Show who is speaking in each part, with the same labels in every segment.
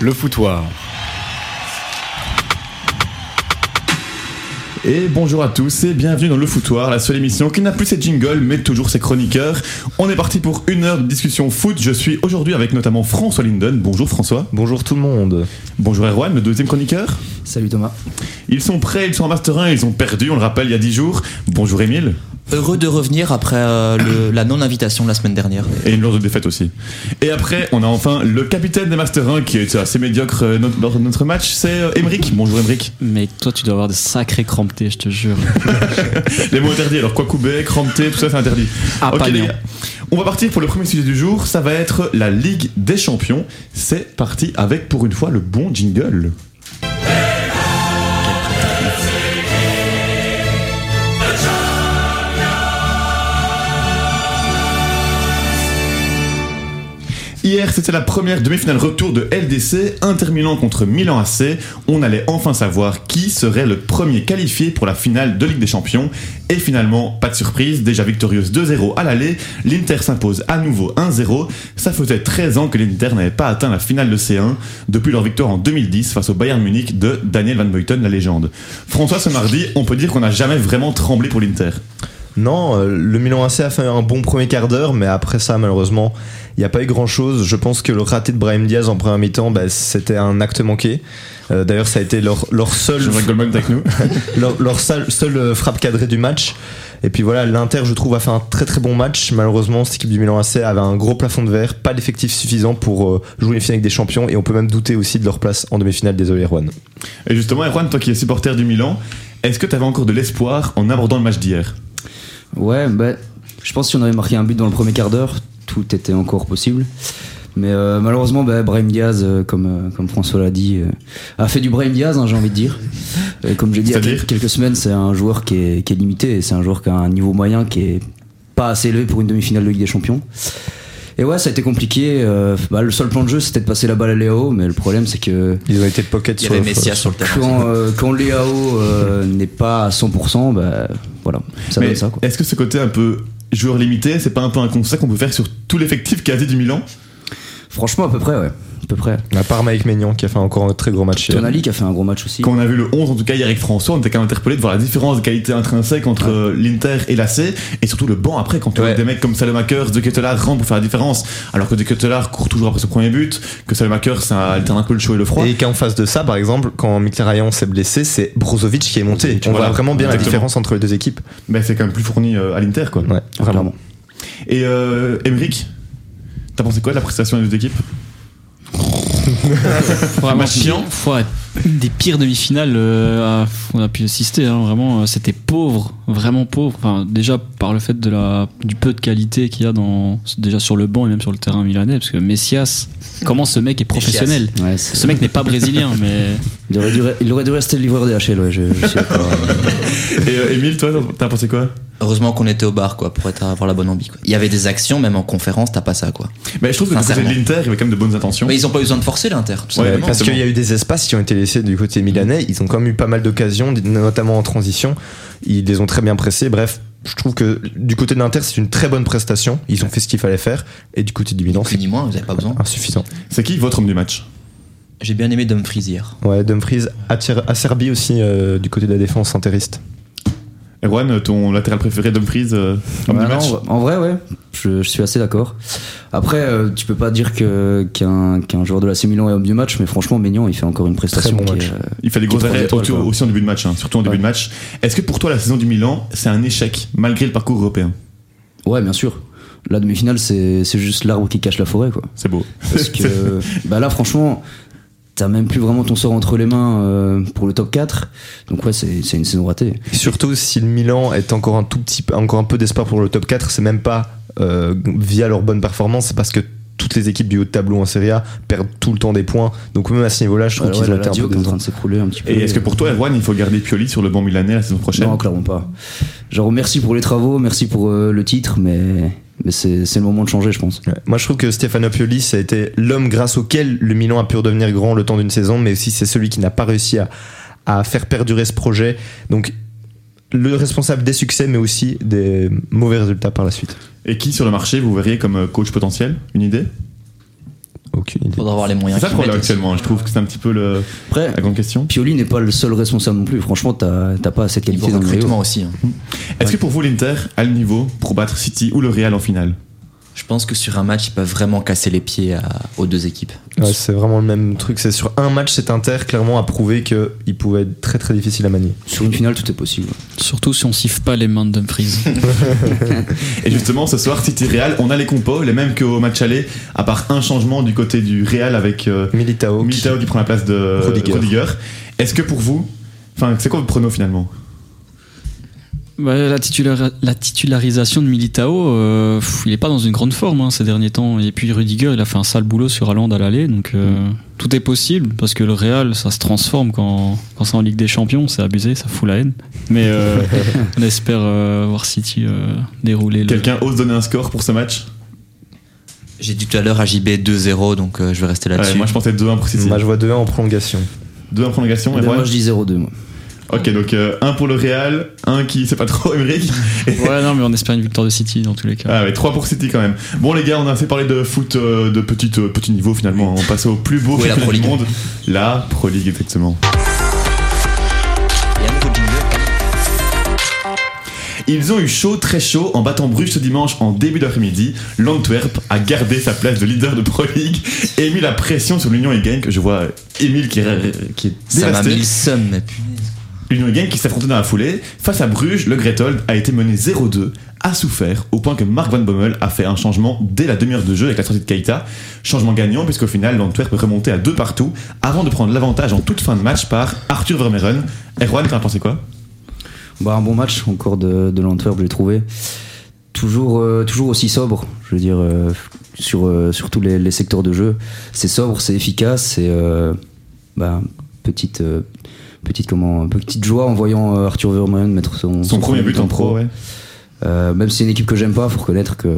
Speaker 1: Le foutoir. Et bonjour à tous et bienvenue dans Le Foutoir, la seule émission qui n'a plus ses jingles mais toujours ses chroniqueurs. On est parti pour une heure de discussion foot. Je suis aujourd'hui avec notamment François Linden. Bonjour François.
Speaker 2: Bonjour tout le monde.
Speaker 1: Bonjour Erwan, le deuxième chroniqueur.
Speaker 3: Salut Thomas.
Speaker 1: Ils sont prêts, ils sont en Master 1, ils ont perdu, on le rappelle, il y a 10 jours. Bonjour Émile.
Speaker 3: Heureux de revenir après euh, le- la non-invitation de la semaine dernière.
Speaker 1: Et une lourde défaite aussi. Et après, on a enfin le capitaine des Master 1 qui est assez médiocre euh, notre- lors de notre match, c'est euh, Emeric. Bonjour Emeric.
Speaker 4: Mais toi, tu dois avoir des sacrés crampetés, je te jure.
Speaker 1: Les mots interdits, alors quoi couper, cramper, tout ça c'est interdit.
Speaker 4: Ah,
Speaker 1: ok
Speaker 4: pas
Speaker 1: les
Speaker 4: bien.
Speaker 1: gars, on va partir pour le premier sujet du jour, ça va être la Ligue des Champions. C'est parti avec pour une fois le bon jingle. Hier, c'était la première demi-finale retour de LDC, Inter Milan contre Milan AC. On allait enfin savoir qui serait le premier qualifié pour la finale de Ligue des Champions. Et finalement, pas de surprise, déjà victorieuse 2-0 à l'aller, l'Inter s'impose à nouveau 1-0. Ça faisait 13 ans que l'Inter n'avait pas atteint la finale de C1 depuis leur victoire en 2010 face au Bayern Munich de Daniel Van Buyten, la légende. François, ce mardi, on peut dire qu'on n'a jamais vraiment tremblé pour l'Inter.
Speaker 2: Non, euh, le Milan AC a fait un bon premier quart d'heure, mais après ça, malheureusement, il n'y a pas eu grand chose. Je pense que le raté de Brahim Diaz en première mi-temps, bah, c'était un acte manqué. Euh, D'ailleurs, ça a été leur, leur seul.
Speaker 1: Je vois Goldman avec nous.
Speaker 2: leur, leur seule, seule, euh, frappe cadrée du match. Et puis voilà, l'Inter, je trouve, a fait un très très bon match. Malheureusement, cette équipe du Milan AC avait un gros plafond de verre, pas d'effectif suffisant pour euh, jouer une finale avec des champions, et on peut même douter aussi de leur place en demi-finale. Désolé, Erwan.
Speaker 1: Et justement, Erwan, toi qui es supporter du Milan, est-ce que tu avais encore de l'espoir en abordant le match d'hier
Speaker 3: Ouais, bah, je pense que si on avait marqué un but dans le premier quart d'heure, tout était encore possible. Mais euh, malheureusement, bah, Brahim Diaz, euh, comme, euh, comme François l'a dit, euh, a fait du Brahim Diaz, hein, j'ai envie de dire. Et comme j'ai dit il y a
Speaker 1: C'est-à-dire
Speaker 3: quel- quelques semaines, c'est un joueur qui est, qui est limité, et c'est un joueur qui a un niveau moyen qui est pas assez élevé pour une demi-finale de Ligue des Champions. Et ouais, ça a été compliqué. euh, bah, le seul plan de jeu, c'était de passer la balle à Léo, mais le problème, c'est que
Speaker 2: Ils ont été pocket
Speaker 5: Il y
Speaker 2: sur
Speaker 5: avait
Speaker 2: le-
Speaker 5: Messia sur le terrain.
Speaker 3: quand, euh, quand Léao euh, n'est pas à 100%, bah, voilà, ça
Speaker 1: Mais
Speaker 3: donne ça. Quoi.
Speaker 1: Est-ce que ce côté un peu joueur limité, c'est pas un peu un constat qu'on peut faire sur tout l'effectif quasi du Milan
Speaker 3: Franchement, à peu près, ouais. À peu près.
Speaker 2: À part Mike Maignan qui a fait encore un très gros match. hier.
Speaker 3: Tonali qui a fait un gros match aussi.
Speaker 1: Quand on a vu le 11, en tout cas hier avec François, on était quand même interpellé de voir la différence de qualité intrinsèque entre euh, l'Inter et l'AC, et surtout le banc après, quand on
Speaker 2: Ouais.
Speaker 1: voit des mecs comme Salemakers, De Ketelaar rentrent pour faire la différence, alors que De Ketelaar court toujours après son premier but, que Salemakers ça alterne un peu le chaud et le froid.
Speaker 2: Et qu'en face de ça, par exemple, quand Mkhitaryan s'est blessé, c'est Brozovic qui est monté. On
Speaker 1: Voilà,
Speaker 2: voit vraiment bien la
Speaker 1: exactement.
Speaker 2: différence entre les deux équipes.
Speaker 1: Ben, c'est quand même plus fourni euh, à l'Inter quoi.
Speaker 2: Ouais, vraiment.
Speaker 3: Clairement.
Speaker 1: Et euh, Emeric, t'as pensé quoi de la prestation des deux équipes
Speaker 4: Vraiment,
Speaker 1: Match chiant.
Speaker 4: des- fois, une des pires demi-finales euh, à- on a pu assister. hein. vraiment, euh, c'était pauvre, vraiment pauvre. Enfin, déjà par le fait de la, du peu de qualité qu'il y a dans, déjà sur le banc et même sur le terrain milanais, parce que Messias, comment ce mec est professionnel
Speaker 3: Ouais,
Speaker 4: Ce
Speaker 3: c'est-
Speaker 4: mec n'est pas brésilien, mais
Speaker 3: il, aurait dû, il aurait dû rester le livreur des HL, ouais, je, je suis d'accord.
Speaker 1: Et euh, Emile, toi, t'as pensé quoi
Speaker 5: Heureusement qu'on était au bar, quoi, pour être, avoir la bonne ambi. quoi. Il y avait des actions, même en conférence, t'as pas ça, quoi.
Speaker 1: Mais je trouve que du côté de
Speaker 5: Sincèrement.
Speaker 1: l'Inter, il y avait quand même de bonnes intentions.
Speaker 5: Mais ils ont pas eu besoin de forcer l'Inter, tout
Speaker 1: Ouais,
Speaker 5: simplement.
Speaker 2: Euh, Parce
Speaker 1: c'est
Speaker 2: qu'il y a eu des espaces qui ont été laissés du côté milanais. Ils ont quand même eu pas mal d'occasions, notamment en transition. Ils les ont très bien pressés. Bref, je trouve que du côté de l'Inter, c'est une très bonne prestation. Ils ont fait ce qu'il fallait faire. Et du côté du Milan,
Speaker 5: Plus
Speaker 2: c'est
Speaker 5: ni moins, vous avez pas besoin.
Speaker 2: insuffisant.
Speaker 1: C'est qui votre homme du match
Speaker 5: J'ai bien aimé Dumfries hier.
Speaker 2: Ouais, Dumfries, Acer- Acerbi aussi euh, du côté de la défense interiste.
Speaker 1: Erwan, ton latéral préféré Dumfries, euh, homme
Speaker 3: Ouais,
Speaker 1: du match
Speaker 3: non, en vrai, ouais, je, je suis assez d'accord. Après, euh, tu peux pas dire que- qu'un qu'un joueur de la Milan est homme du match, mais franchement, Maignan, il fait encore une prestation
Speaker 2: bon
Speaker 3: qui
Speaker 2: match.
Speaker 3: est, euh,
Speaker 1: Il fait des gros
Speaker 3: Quatre
Speaker 1: arrêts
Speaker 3: étoiles,
Speaker 1: au-
Speaker 3: quoi.
Speaker 1: aussi en début de match, hein, surtout en début
Speaker 3: Ouais.
Speaker 1: de match. Est-ce que pour toi la saison du Milan, c'est un échec malgré le parcours européen
Speaker 3: euh, Ouais, bien sûr. La demi-finale, c'est c'est juste l'arbre qui cache la forêt, quoi.
Speaker 1: C'est beau.
Speaker 3: Parce que bah là, franchement, t'as même plus vraiment ton sort entre les mains euh, pour le top 4. Donc, ouais, c'est c'est une saison ratée.
Speaker 2: Et surtout, si le Milan est encore un tout petit, peu- encore un peu d'espoir pour le top 4, c'est même pas euh, via leur bonne performance, c'est parce que toutes les équipes du haut de tableau en Serie A perdent tout le temps des points. Donc même à ce niveau-là, je trouve
Speaker 3: Ouais, ouais,
Speaker 2: qu'ils
Speaker 3: la
Speaker 2: ont été un
Speaker 3: Lazio
Speaker 2: peu
Speaker 3: qui est en
Speaker 2: décevants.
Speaker 3: train de s'écrouler un petit peu.
Speaker 1: Et est-ce que pour toi, Erwan, il faut garder Pioli sur le banc milanais la saison prochaine
Speaker 3: Non, clairement pas. Genre, merci pour les travaux, merci pour euh, le titre, mais, mais c'est c'est le moment de changer, je pense.
Speaker 2: Ouais. Moi, je trouve que Stefano Pioli, ça a été l'homme grâce auquel le Milan a pu redevenir grand le temps d'une saison, mais aussi c'est celui qui n'a pas réussi à, à faire perdurer ce projet. Donc, le responsable des succès, mais aussi des mauvais résultats par la suite.
Speaker 1: Et qui sur le marché vous verriez comme euh, coach potentiel Une idée
Speaker 2: Aucune idée.
Speaker 5: Faudra avoir les
Speaker 1: C'est
Speaker 5: moyens.
Speaker 1: ça le
Speaker 5: qu'ils
Speaker 1: problème
Speaker 5: mettent.
Speaker 1: actuellement, hein, je trouve que c'est un petit peu le-
Speaker 3: Après,
Speaker 1: la grande question.
Speaker 3: Pioli n'est pas le seul responsable non plus. Franchement, t'as t'as pas cette
Speaker 5: Niveau
Speaker 3: qualité dans le
Speaker 5: recrutement
Speaker 3: maillot.
Speaker 5: aussi. hein.
Speaker 1: Est-ce que pour vous l'Inter a le niveau pour battre City ou le Real en finale
Speaker 5: Je pense que sur un match, ils peuvent vraiment casser les pieds à- aux deux équipes.
Speaker 2: Ouais, c'est vraiment le même truc. C'est sur un match, cet Inter clairement a prouvé qu'il pouvait être très très difficile à manier.
Speaker 3: Sur une finale, tout est possible.
Speaker 4: Surtout si on siffle pas les mains de Dumfries.
Speaker 1: Et justement, ce soir, City Real, on a les compos, les mêmes qu'au match aller, à part un changement du côté du Real avec euh,
Speaker 2: Militao, qui-
Speaker 1: Militao qui prend la place de
Speaker 2: Rudiger.
Speaker 1: Rudiger. Est-ce que pour vous, enfin, c'est quoi votre prono finalement
Speaker 4: Bah, la, titula- la titularisation de Militao, euh, pff, il est pas dans une grande forme hein, ces derniers temps. Et puis Rudiger, il a fait un sale boulot sur Haaland à l'aller. Donc euh, tout est possible parce que le Real, ça se transforme quand, quand c'est en Ligue des Champions. C'est abusé, ça fout la haine. Mais euh, on espère euh, voir City euh, dérouler. le-
Speaker 1: Quelqu'un ose donner un score pour ce match
Speaker 5: J'ai dit tout à l'heure à JB 2-0, donc euh, je vais rester
Speaker 1: Ouais,
Speaker 5: là-dessus.
Speaker 1: Moi, je pensais 2-1 pour City.
Speaker 2: Moi je vois 2-1 en prolongation.
Speaker 1: 2-1 en prolongation, et
Speaker 3: Ben,
Speaker 1: voilà.
Speaker 3: Moi, je dis 0-2. moi.
Speaker 1: Ok, donc 1 pour le Real, 1 qui sait pas trop, Emmerich.
Speaker 4: Ouais, non, mais on espère une victoire de City dans tous les cas.
Speaker 1: Ah ouais, 3 pour City quand même. Bon les gars, on a assez parlé de foot euh, de petit, euh, petit niveau finalement. On passe au plus beau
Speaker 5: Où est la
Speaker 1: championnat
Speaker 5: Pro
Speaker 1: du
Speaker 5: League
Speaker 1: monde. La Pro League exactement.
Speaker 5: Il y a un nouveau jingle.
Speaker 1: Ils ont eu chaud, très chaud, en battant Bruges ce dimanche en début d'après-midi. L'Antwerp a gardé sa place de leader de Pro League et mis la pression sur l'Union Gang. Je vois euh, Émile qui, est- qui est
Speaker 5: Ça m'a
Speaker 1: dévasté.
Speaker 5: mis le seum, mais punaise.
Speaker 1: L'Union Gang qui s'affrontait dans la foulée. Face à Bruges, le Gretold a été mené 0-2, a souffert, au point que Mark Van Bommel a fait un changement dès la demi-heure de jeu avec la sortie de Keita. Changement gagnant, puisqu'au final, l'Antwerp remontait à deux partout, avant de prendre l'avantage en toute fin de match par Arthur Vermeeren. Erwan, t'en pensais quoi
Speaker 3: Bah, un bon match encore de, de l'Antwerp, je l'ai trouvé. Toujours, euh, toujours aussi sobre, je veux dire, euh, sur, euh, sur tous les, les secteurs de jeu. C'est sobre, c'est efficace, c'est euh, bah, petite, euh, petite, comment, euh, petite joie en voyant euh, Arthur Vermeulen mettre son,
Speaker 1: Son premier but en pro, ouais.
Speaker 3: Euh, même si c'est une équipe que j'aime pas, faut reconnaître que euh,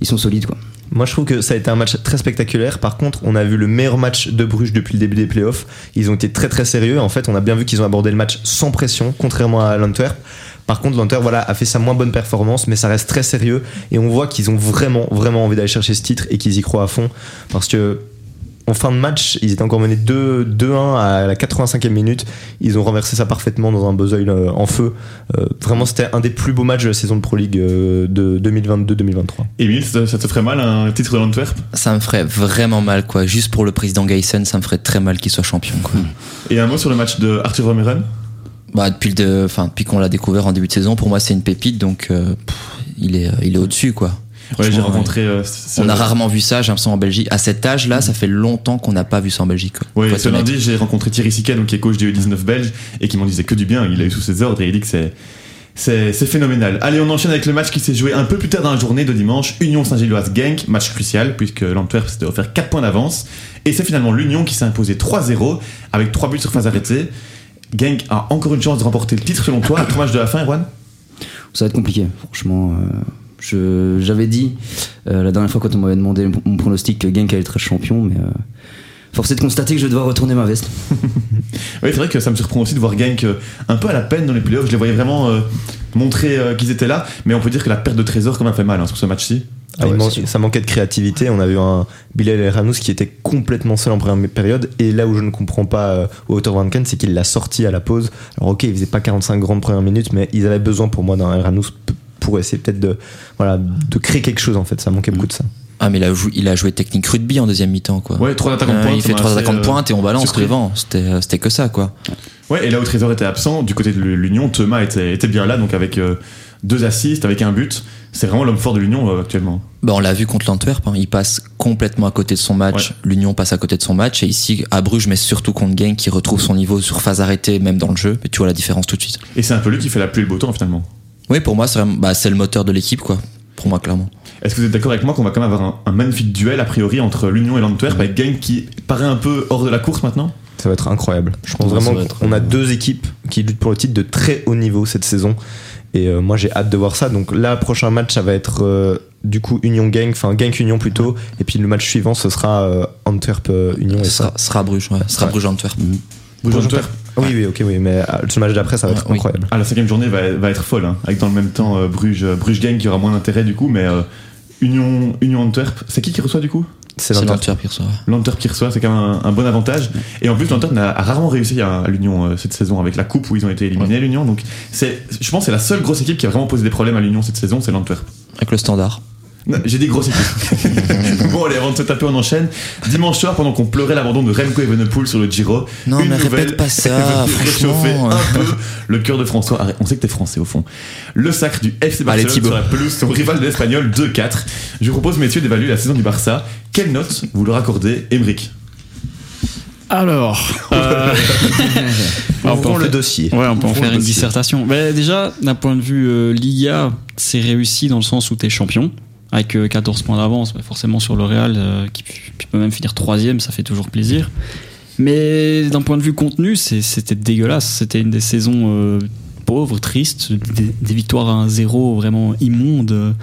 Speaker 3: ils sont solides. Quoi.
Speaker 2: Moi je trouve que ça a été un match très spectaculaire. Par contre, on a vu le meilleur match de Bruges depuis le début des playoffs. Ils ont été très très sérieux. En fait, on a bien vu qu'ils ont abordé le match sans pression, contrairement à l'Antwerp. Par contre, l'Antwerp voilà, a fait sa moins bonne performance, mais ça reste très sérieux. Et on voit qu'ils ont vraiment vraiment envie d'aller chercher ce titre et qu'ils y croient à fond. Parce que en fin de match, ils étaient encore menés 2 2-1 à la 85e minute. Ils ont renversé ça parfaitement dans un buzz en feu. Euh, vraiment, c'était un des plus beaux matchs de la saison de Pro League euh, de 2022-2023.
Speaker 1: Émile, ça, ça te ferait mal un titre de l'Antwerp
Speaker 5: Ça me ferait vraiment mal, quoi. Juste pour le président Gayson, ça me ferait très mal qu'il soit champion, quoi.
Speaker 1: Et un mot sur le match de Arthur Vermeeren
Speaker 5: Bah, depuis le de- enfin, depuis qu'on l'a découvert en début de saison, pour moi, c'est une pépite, donc euh, pff, il est, il est au-dessus, quoi.
Speaker 1: Ouais, j'ai
Speaker 5: Franchement,
Speaker 1: rencontré. euh, ce-
Speaker 5: On a rarement vu ça, j'ai l'impression, en Belgique. À cet âge-là, ça fait longtemps qu'on n'a pas vu ça en Belgique. Quoi.
Speaker 1: Ouais,
Speaker 5: Faut être
Speaker 1: ce
Speaker 5: honnête.
Speaker 1: lundi, j'ai rencontré Thierry Siquet, donc qui est coach des U19 belges, et qui m'en disait que du bien. Il a eu sous ses ordres et il dit que c'est. C'est c'est phénoménal. Allez, on enchaîne avec le match qui s'est joué un peu plus tard dans la journée de dimanche. Union Saint-Gilloise Genk, match crucial puisque l'Antwerp s'était offert 4 points d'avance. Et c'est finalement l'Union qui s'est imposée 3-0 avec 3 buts sur phase arrêtée. Genk a encore une chance de remporter le titre selon toi à 3 matchs de la fin, Erwan
Speaker 3: Ça va être compliqué, franchement. euh, je- J'avais dit euh, la dernière fois quand on m'avait demandé mon- mon pronostic que Genk allait être champion, mais euh, force est de constater que je vais devoir retourner ma veste.
Speaker 1: Oui, c'est vrai que ça me surprend aussi de voir Genk euh, un peu à la peine dans les playoffs. Je les voyais vraiment euh, montrer euh, qu'ils étaient là, mais on peut dire que la perte de Trésor quand même fait mal hein, sur ce match-ci.
Speaker 2: Ah, il
Speaker 3: ouais,
Speaker 2: man-
Speaker 3: c'est sûr.
Speaker 2: ça manquait de créativité. On a vu un Bilal El Ranous qui était complètement seul en première période. Et là où je ne comprends pas euh, Wouter Van Ken, c'est qu'il l'a sorti à la pause. Alors, ok, il faisait pas 45 grandes premières minutes, mais ils avaient besoin pour moi d'un El Ranous p- pour essayer peut-être de, voilà, de créer quelque chose en fait. Ça manquait beaucoup de ça.
Speaker 5: Ah, mais il a, joué, il a joué technique rugby en deuxième mi-temps, quoi.
Speaker 1: Ouais, 3 attaquants de
Speaker 5: Euh,
Speaker 1: pointe.
Speaker 5: il fait
Speaker 1: ça m'a
Speaker 5: trois
Speaker 1: assez,
Speaker 5: attaquants de
Speaker 1: euh,
Speaker 5: pointe et on balance
Speaker 1: surpris.
Speaker 5: les vents. C'était euh, c'était que ça, quoi.
Speaker 1: Ouais, et là où Trésor était absent, du côté de l'Union, Thomas était, était bien là, donc avec euh, deux assists, avec un but. C'est vraiment l'homme fort de l'Union euh, actuellement.
Speaker 5: Bah, on l'a vu contre l'Antwerp, hein. il passe complètement à côté de son match, l'Union passe à côté de son match, et ici à Bruges, mais surtout contre Gang qui retrouve son niveau sur phase arrêtée, même dans le jeu, mais tu vois la différence tout de suite.
Speaker 1: Et c'est un peu lui qui fait la pluie et le beau temps finalement.
Speaker 5: Oui, pour moi, c'est vraiment- bah, c'est le moteur de l'équipe, quoi. Pour moi, clairement.
Speaker 1: Est-ce que vous êtes d'accord avec moi qu'on va quand même avoir un, un magnifique duel a priori entre l'Union et l'Antwerp avec Gang qui paraît un peu hors de la course maintenant
Speaker 2: Ça va être incroyable. Je pense
Speaker 5: Ouais, ça
Speaker 2: vraiment
Speaker 5: va être
Speaker 2: qu'on a deux équipes qui luttent pour le titre de très haut niveau cette saison. Et euh, moi, j'ai hâte de voir ça. Donc là, prochain match, ça va être euh, du coup Union Gang, enfin Gang Union plutôt. Et puis le match suivant, ce sera euh, Antwerp euh, Union. Et
Speaker 5: Ce
Speaker 2: ça,
Speaker 5: sera, ce sera Bruges, ouais. Ce sera
Speaker 2: Ouais.
Speaker 5: Bruges-Antwerp.
Speaker 1: Bruges
Speaker 2: Bonjour,
Speaker 1: Antwerp
Speaker 2: Oui, oui, ok, oui, mais euh, ce match d'après, ça va
Speaker 5: Ouais,
Speaker 2: être
Speaker 5: oui.
Speaker 2: incroyable.
Speaker 1: Ah, la cinquième journée va, va être folle, hein, avec dans le même temps euh, Bruges, Bruges Gang qui aura moins d'intérêt du coup, mais euh, Union, Union Antwerp, c'est qui qui reçoit du coup
Speaker 2: C'est
Speaker 5: C'est
Speaker 2: l'Inter.
Speaker 5: l'Antwerp qui reçoit.
Speaker 1: L'Antwerp qui reçoit, c'est quand même un, un bon avantage. Et en plus, l'Antwerp a, a rarement réussi à, à l'Union euh, cette saison avec la coupe où ils ont été éliminés, l'Union. Donc, c'est, je pense que c'est la seule grosse équipe qui a vraiment posé des problèmes à l'Union cette saison, c'est l'Antwerp.
Speaker 5: Avec le standard.
Speaker 1: Non, J'ai dit grosse équipe. bon, allez, avant de se taper, on enchaîne. Dimanche soir, pendant qu'on pleurait l'abandon de Remco Evenepoel sur le Giro,
Speaker 5: Non,
Speaker 1: une
Speaker 5: mais
Speaker 1: nouvelle
Speaker 5: répète pas
Speaker 1: est
Speaker 5: ça,
Speaker 1: venue réchauffer
Speaker 5: franchement.
Speaker 1: un peu le cœur de François. Arrête, on sait que t'es français au fond. Le sacre du FC Barcelone
Speaker 5: Thibaut.
Speaker 1: sur la pelouse, son rival de l'Espagnol 2-4. Je vous propose, messieurs, d'évaluer la saison du Barça. Quelle note vous leur accordez, Emeric
Speaker 4: Alors, euh,
Speaker 2: Ouvrons
Speaker 4: on peut en
Speaker 2: le
Speaker 4: faire-
Speaker 2: dossier.
Speaker 4: Ouais, on peut en
Speaker 2: Ouvrons
Speaker 4: faire
Speaker 2: le
Speaker 4: une
Speaker 2: dossier.
Speaker 4: dissertation. Mais déjà, d'un point de vue euh, Liga, c'est réussi dans le sens où t'es champion, avec euh, 14 points d'avance, mais forcément sur le Real, euh, qui, qui peut même finir troisième, ça fait toujours plaisir. Mais d'un point de vue contenu, c'est- c'était dégueulasse. C'était une des saisons euh, pauvres, tristes, des, des victoires à 1-0 vraiment immondes.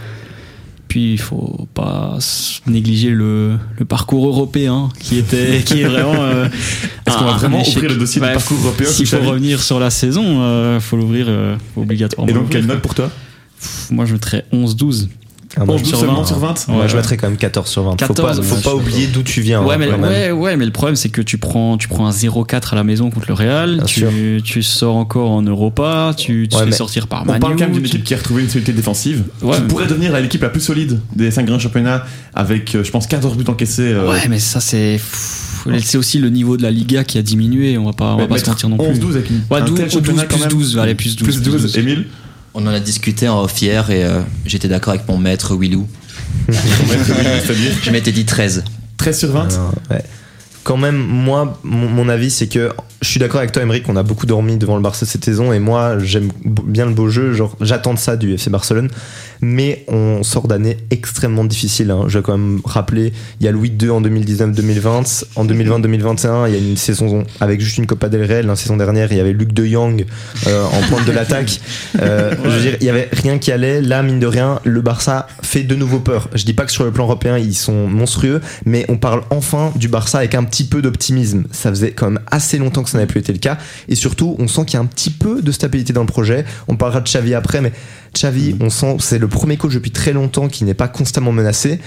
Speaker 4: Puis il faut pas s- négliger le, le parcours européen qui était qui est vraiment. euh,
Speaker 1: Est-ce qu'on va
Speaker 4: un- un
Speaker 1: vraiment
Speaker 4: échec.
Speaker 1: ouvrir le dossier
Speaker 4: Ouais,
Speaker 1: du parcours européen
Speaker 4: s'il
Speaker 1: tout à
Speaker 4: faut
Speaker 1: l'heure
Speaker 4: revenir sur la saison, euh, faut l'ouvrir euh, obligatoirement.
Speaker 1: Et donc, quelle note pour toi
Speaker 4: Ah Pff, Moi, je mettrais 11-12.
Speaker 2: Ah, moi,
Speaker 1: 11
Speaker 4: bah, sur
Speaker 1: seulement
Speaker 4: 20.
Speaker 1: sur 20
Speaker 2: je- moi, je
Speaker 4: Ouais.
Speaker 2: mettrais quand même 14 sur 20. faut
Speaker 4: 14,
Speaker 2: pas,
Speaker 4: ouais,
Speaker 2: faut
Speaker 4: je
Speaker 2: pas
Speaker 4: suis
Speaker 2: oublier d'où tu viens.
Speaker 4: ouais,
Speaker 2: hein,
Speaker 4: mais,
Speaker 2: quand même.
Speaker 4: ouais, ouais, mais le problème, c'est que tu prends, tu prends un 0-4 à la maison contre le Real,
Speaker 2: Bien
Speaker 4: tu, tu sors encore en Europa, tu, tu
Speaker 2: Ouais,
Speaker 4: te
Speaker 2: mais
Speaker 4: fais sortir par
Speaker 1: Euh, On
Speaker 4: Manu.
Speaker 1: parle quand même d'une
Speaker 4: tu-
Speaker 1: équipe qui a retrouvé une solidité défensive,
Speaker 4: Ouais,
Speaker 1: qui
Speaker 4: mais-
Speaker 1: pourrait devenir l'équipe la plus solide des 5 grands championnats, avec, euh, je pense, 14 buts encaissés. euh,
Speaker 4: Ouais, mais ça, c'est. pff, C'est aussi le niveau de la Liga qui a diminué, on va pas, on va
Speaker 1: mais
Speaker 4: pas se
Speaker 1: mettre
Speaker 4: mentir non plus.
Speaker 1: 11-12 avec une,
Speaker 4: Ouais,
Speaker 1: un
Speaker 4: 12,
Speaker 1: tel championnat
Speaker 4: 12,
Speaker 1: quand
Speaker 4: plus
Speaker 1: même.
Speaker 4: 12, allez, plus 12,
Speaker 1: Plus
Speaker 4: plus
Speaker 1: 12,
Speaker 4: 12.
Speaker 1: Émile
Speaker 5: On en a discuté en off hier et euh, j'étais d'accord avec mon maître Willou.
Speaker 1: C'est-à-dire
Speaker 5: Je m'étais dit 13.
Speaker 1: 13 sur 20
Speaker 2: Alors, ouais. Quand même, moi, mon, mon avis, c'est que je suis d'accord avec toi, Emeric, on a beaucoup dormi devant le Barça cette saison, et moi, j'aime b- bien le beau jeu, genre, j'attends de ça du FC Barcelone, mais on sort d'années extrêmement difficiles. hein. Je vais quand même rappeler, il y a Louis II en 2019-2020, en 2020-2021, il y a une saison avec juste une Copa del Rey, la saison dernière, il y avait Luc de Jong euh, en pointe de l'attaque. Euh, Je veux dire, il y avait rien qui allait. Là, mine de rien, le Barça fait de nouveau peur. Je dis pas que sur le plan européen ils sont monstrueux, mais on parle enfin du Barça avec un petit peu d'optimisme. Ça faisait quand même assez longtemps que ça n'avait plus été le cas, et surtout, on sent qu'il y a un petit peu de stabilité dans le projet. On parlera de Xavi après, mais Xavi,
Speaker 4: Mm.
Speaker 2: on sent c'est le premier coach depuis très longtemps qui n'est pas constamment menacé.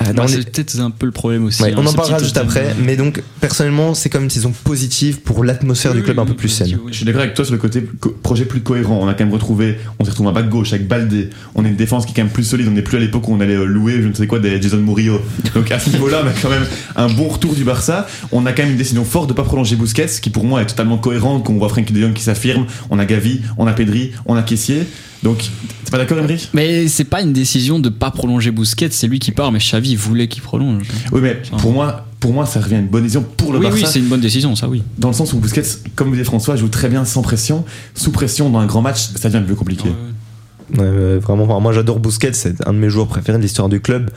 Speaker 2: Euh, dans
Speaker 4: Ouais,
Speaker 2: les-
Speaker 4: Bah, C'est peut-être un peu le problème aussi.
Speaker 2: Ouais,
Speaker 4: hein,
Speaker 2: on en
Speaker 4: ce
Speaker 2: parlera
Speaker 4: petit
Speaker 2: juste
Speaker 4: totem,
Speaker 2: après,
Speaker 4: euh,
Speaker 2: mais donc personnellement, c'est quand même une saison positive pour l'atmosphère du club un peu plus saine.
Speaker 1: Je suis d'accord avec toi sur le côté co- projet plus cohérent. On a quand même retrouvé, on s'est retrouvé en bas de gauche avec Baldé. On a une défense qui est quand même plus solide. On n'est plus à l'époque où on allait euh, louer, je ne sais quoi, des Jason Murillo. Donc à ce niveau-là, on a quand même un bon retour du Barça. On a quand même une décision forte de ne pas prolonger Busquets, qui pour moi est totalement cohérente. Qu'on voit Frankie de Jong qui s'affirme. On a Gavi, on a Pedri, on a Caissier. Donc, t'es pas d'accord, Emery
Speaker 4: Mais c'est pas une décision de pas prolonger Busquets, c'est lui qui part, mais Xavi voulait qu'il prolonge.
Speaker 1: Oui, mais pour moi, pour moi, ça revient à une bonne décision pour le
Speaker 4: oui,
Speaker 1: Barça.
Speaker 4: oui, c'est une bonne décision, ça, oui.
Speaker 1: dans le sens où Busquets, comme disait François, joue très bien sans pression. Sous pression dans un grand match, ça devient plus compliqué.
Speaker 2: Ouais, ouais, Euh, vraiment, enfin, moi j'adore Busquets, c'est un de mes joueurs préférés de l'histoire du club.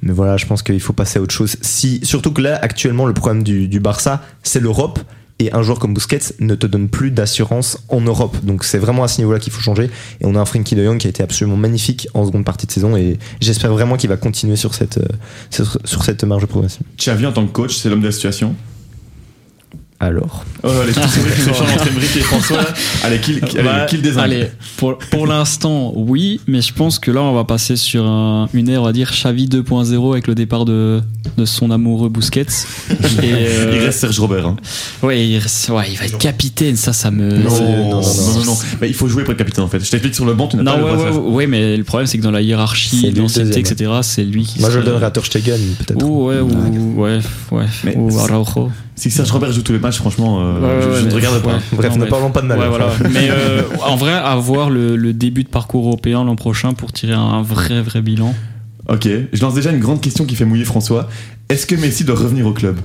Speaker 2: Mais voilà, je pense qu'il faut passer à autre chose. Si, surtout que là, actuellement, le problème du, du Barça, c'est l'Europe. Et un joueur comme Busquets ne te donne plus d'assurance en Europe. Donc c'est vraiment à ce niveau-là qu'il faut changer. Et on a un Frenkie de Jong qui a été absolument magnifique en seconde partie de saison. Et j'espère vraiment qu'il va continuer sur cette, euh, sur, sur cette marge de progression.
Speaker 1: Xavi, en tant que coach, c'est l'homme de la situation.
Speaker 2: Alors
Speaker 1: Oh, les petits sourires qui s'échangent entre Emery et François. là. Allez, kill, allez,
Speaker 4: Bah,
Speaker 1: kill des uns.
Speaker 4: allez, pour, pour l'instant, oui, mais je pense que là, on va passer sur un- une ère, on va dire, Xavi 2.0 avec le départ de, de son amoureux Busquets. Et, euh,
Speaker 1: Il reste Serge Robert. hein.
Speaker 4: ouais, il reste- ouais, il va être capitaine, ça, ça me.
Speaker 1: non,
Speaker 4: c'est-
Speaker 1: non, non,
Speaker 4: c'est-
Speaker 1: non, non. Mais il faut jouer pour le capitaine en fait. Je t'explique sur le banc, tu n'as
Speaker 4: Non,
Speaker 1: pas le
Speaker 4: ouais,
Speaker 1: droit de
Speaker 4: ouais,
Speaker 1: faire.
Speaker 4: ouais, ouais, mais le problème, c'est que dans la
Speaker 2: C'est
Speaker 4: hiérarchie,
Speaker 2: lui le
Speaker 4: l'ancienneté,
Speaker 2: deuxième.
Speaker 4: etc., c'est lui qui.
Speaker 2: Moi je le
Speaker 4: serait-
Speaker 2: donnerai à Ter Stegen peut-être.
Speaker 4: Ou, ouais, ou, ouais, ouais,
Speaker 1: Mais
Speaker 4: ou
Speaker 1: c'est-
Speaker 4: Araujo.
Speaker 1: Si Serge Robert joue tous les matchs, franchement, euh,
Speaker 4: Ouais,
Speaker 1: je,
Speaker 4: ouais,
Speaker 1: je ne
Speaker 4: mais-
Speaker 1: regarde pas.
Speaker 4: ouais.
Speaker 2: Bref,
Speaker 4: Non,
Speaker 2: ne
Speaker 4: mais-
Speaker 2: parlons pas de mal. hein.
Speaker 4: Ouais,
Speaker 2: enfin.
Speaker 4: voilà. Mais euh, en vrai, avoir le, le début de parcours européen l'an prochain pour tirer un vrai, vrai bilan.
Speaker 1: Ok, je lance déjà une grande question qui fait mouiller François. Est-ce que Messi doit revenir au club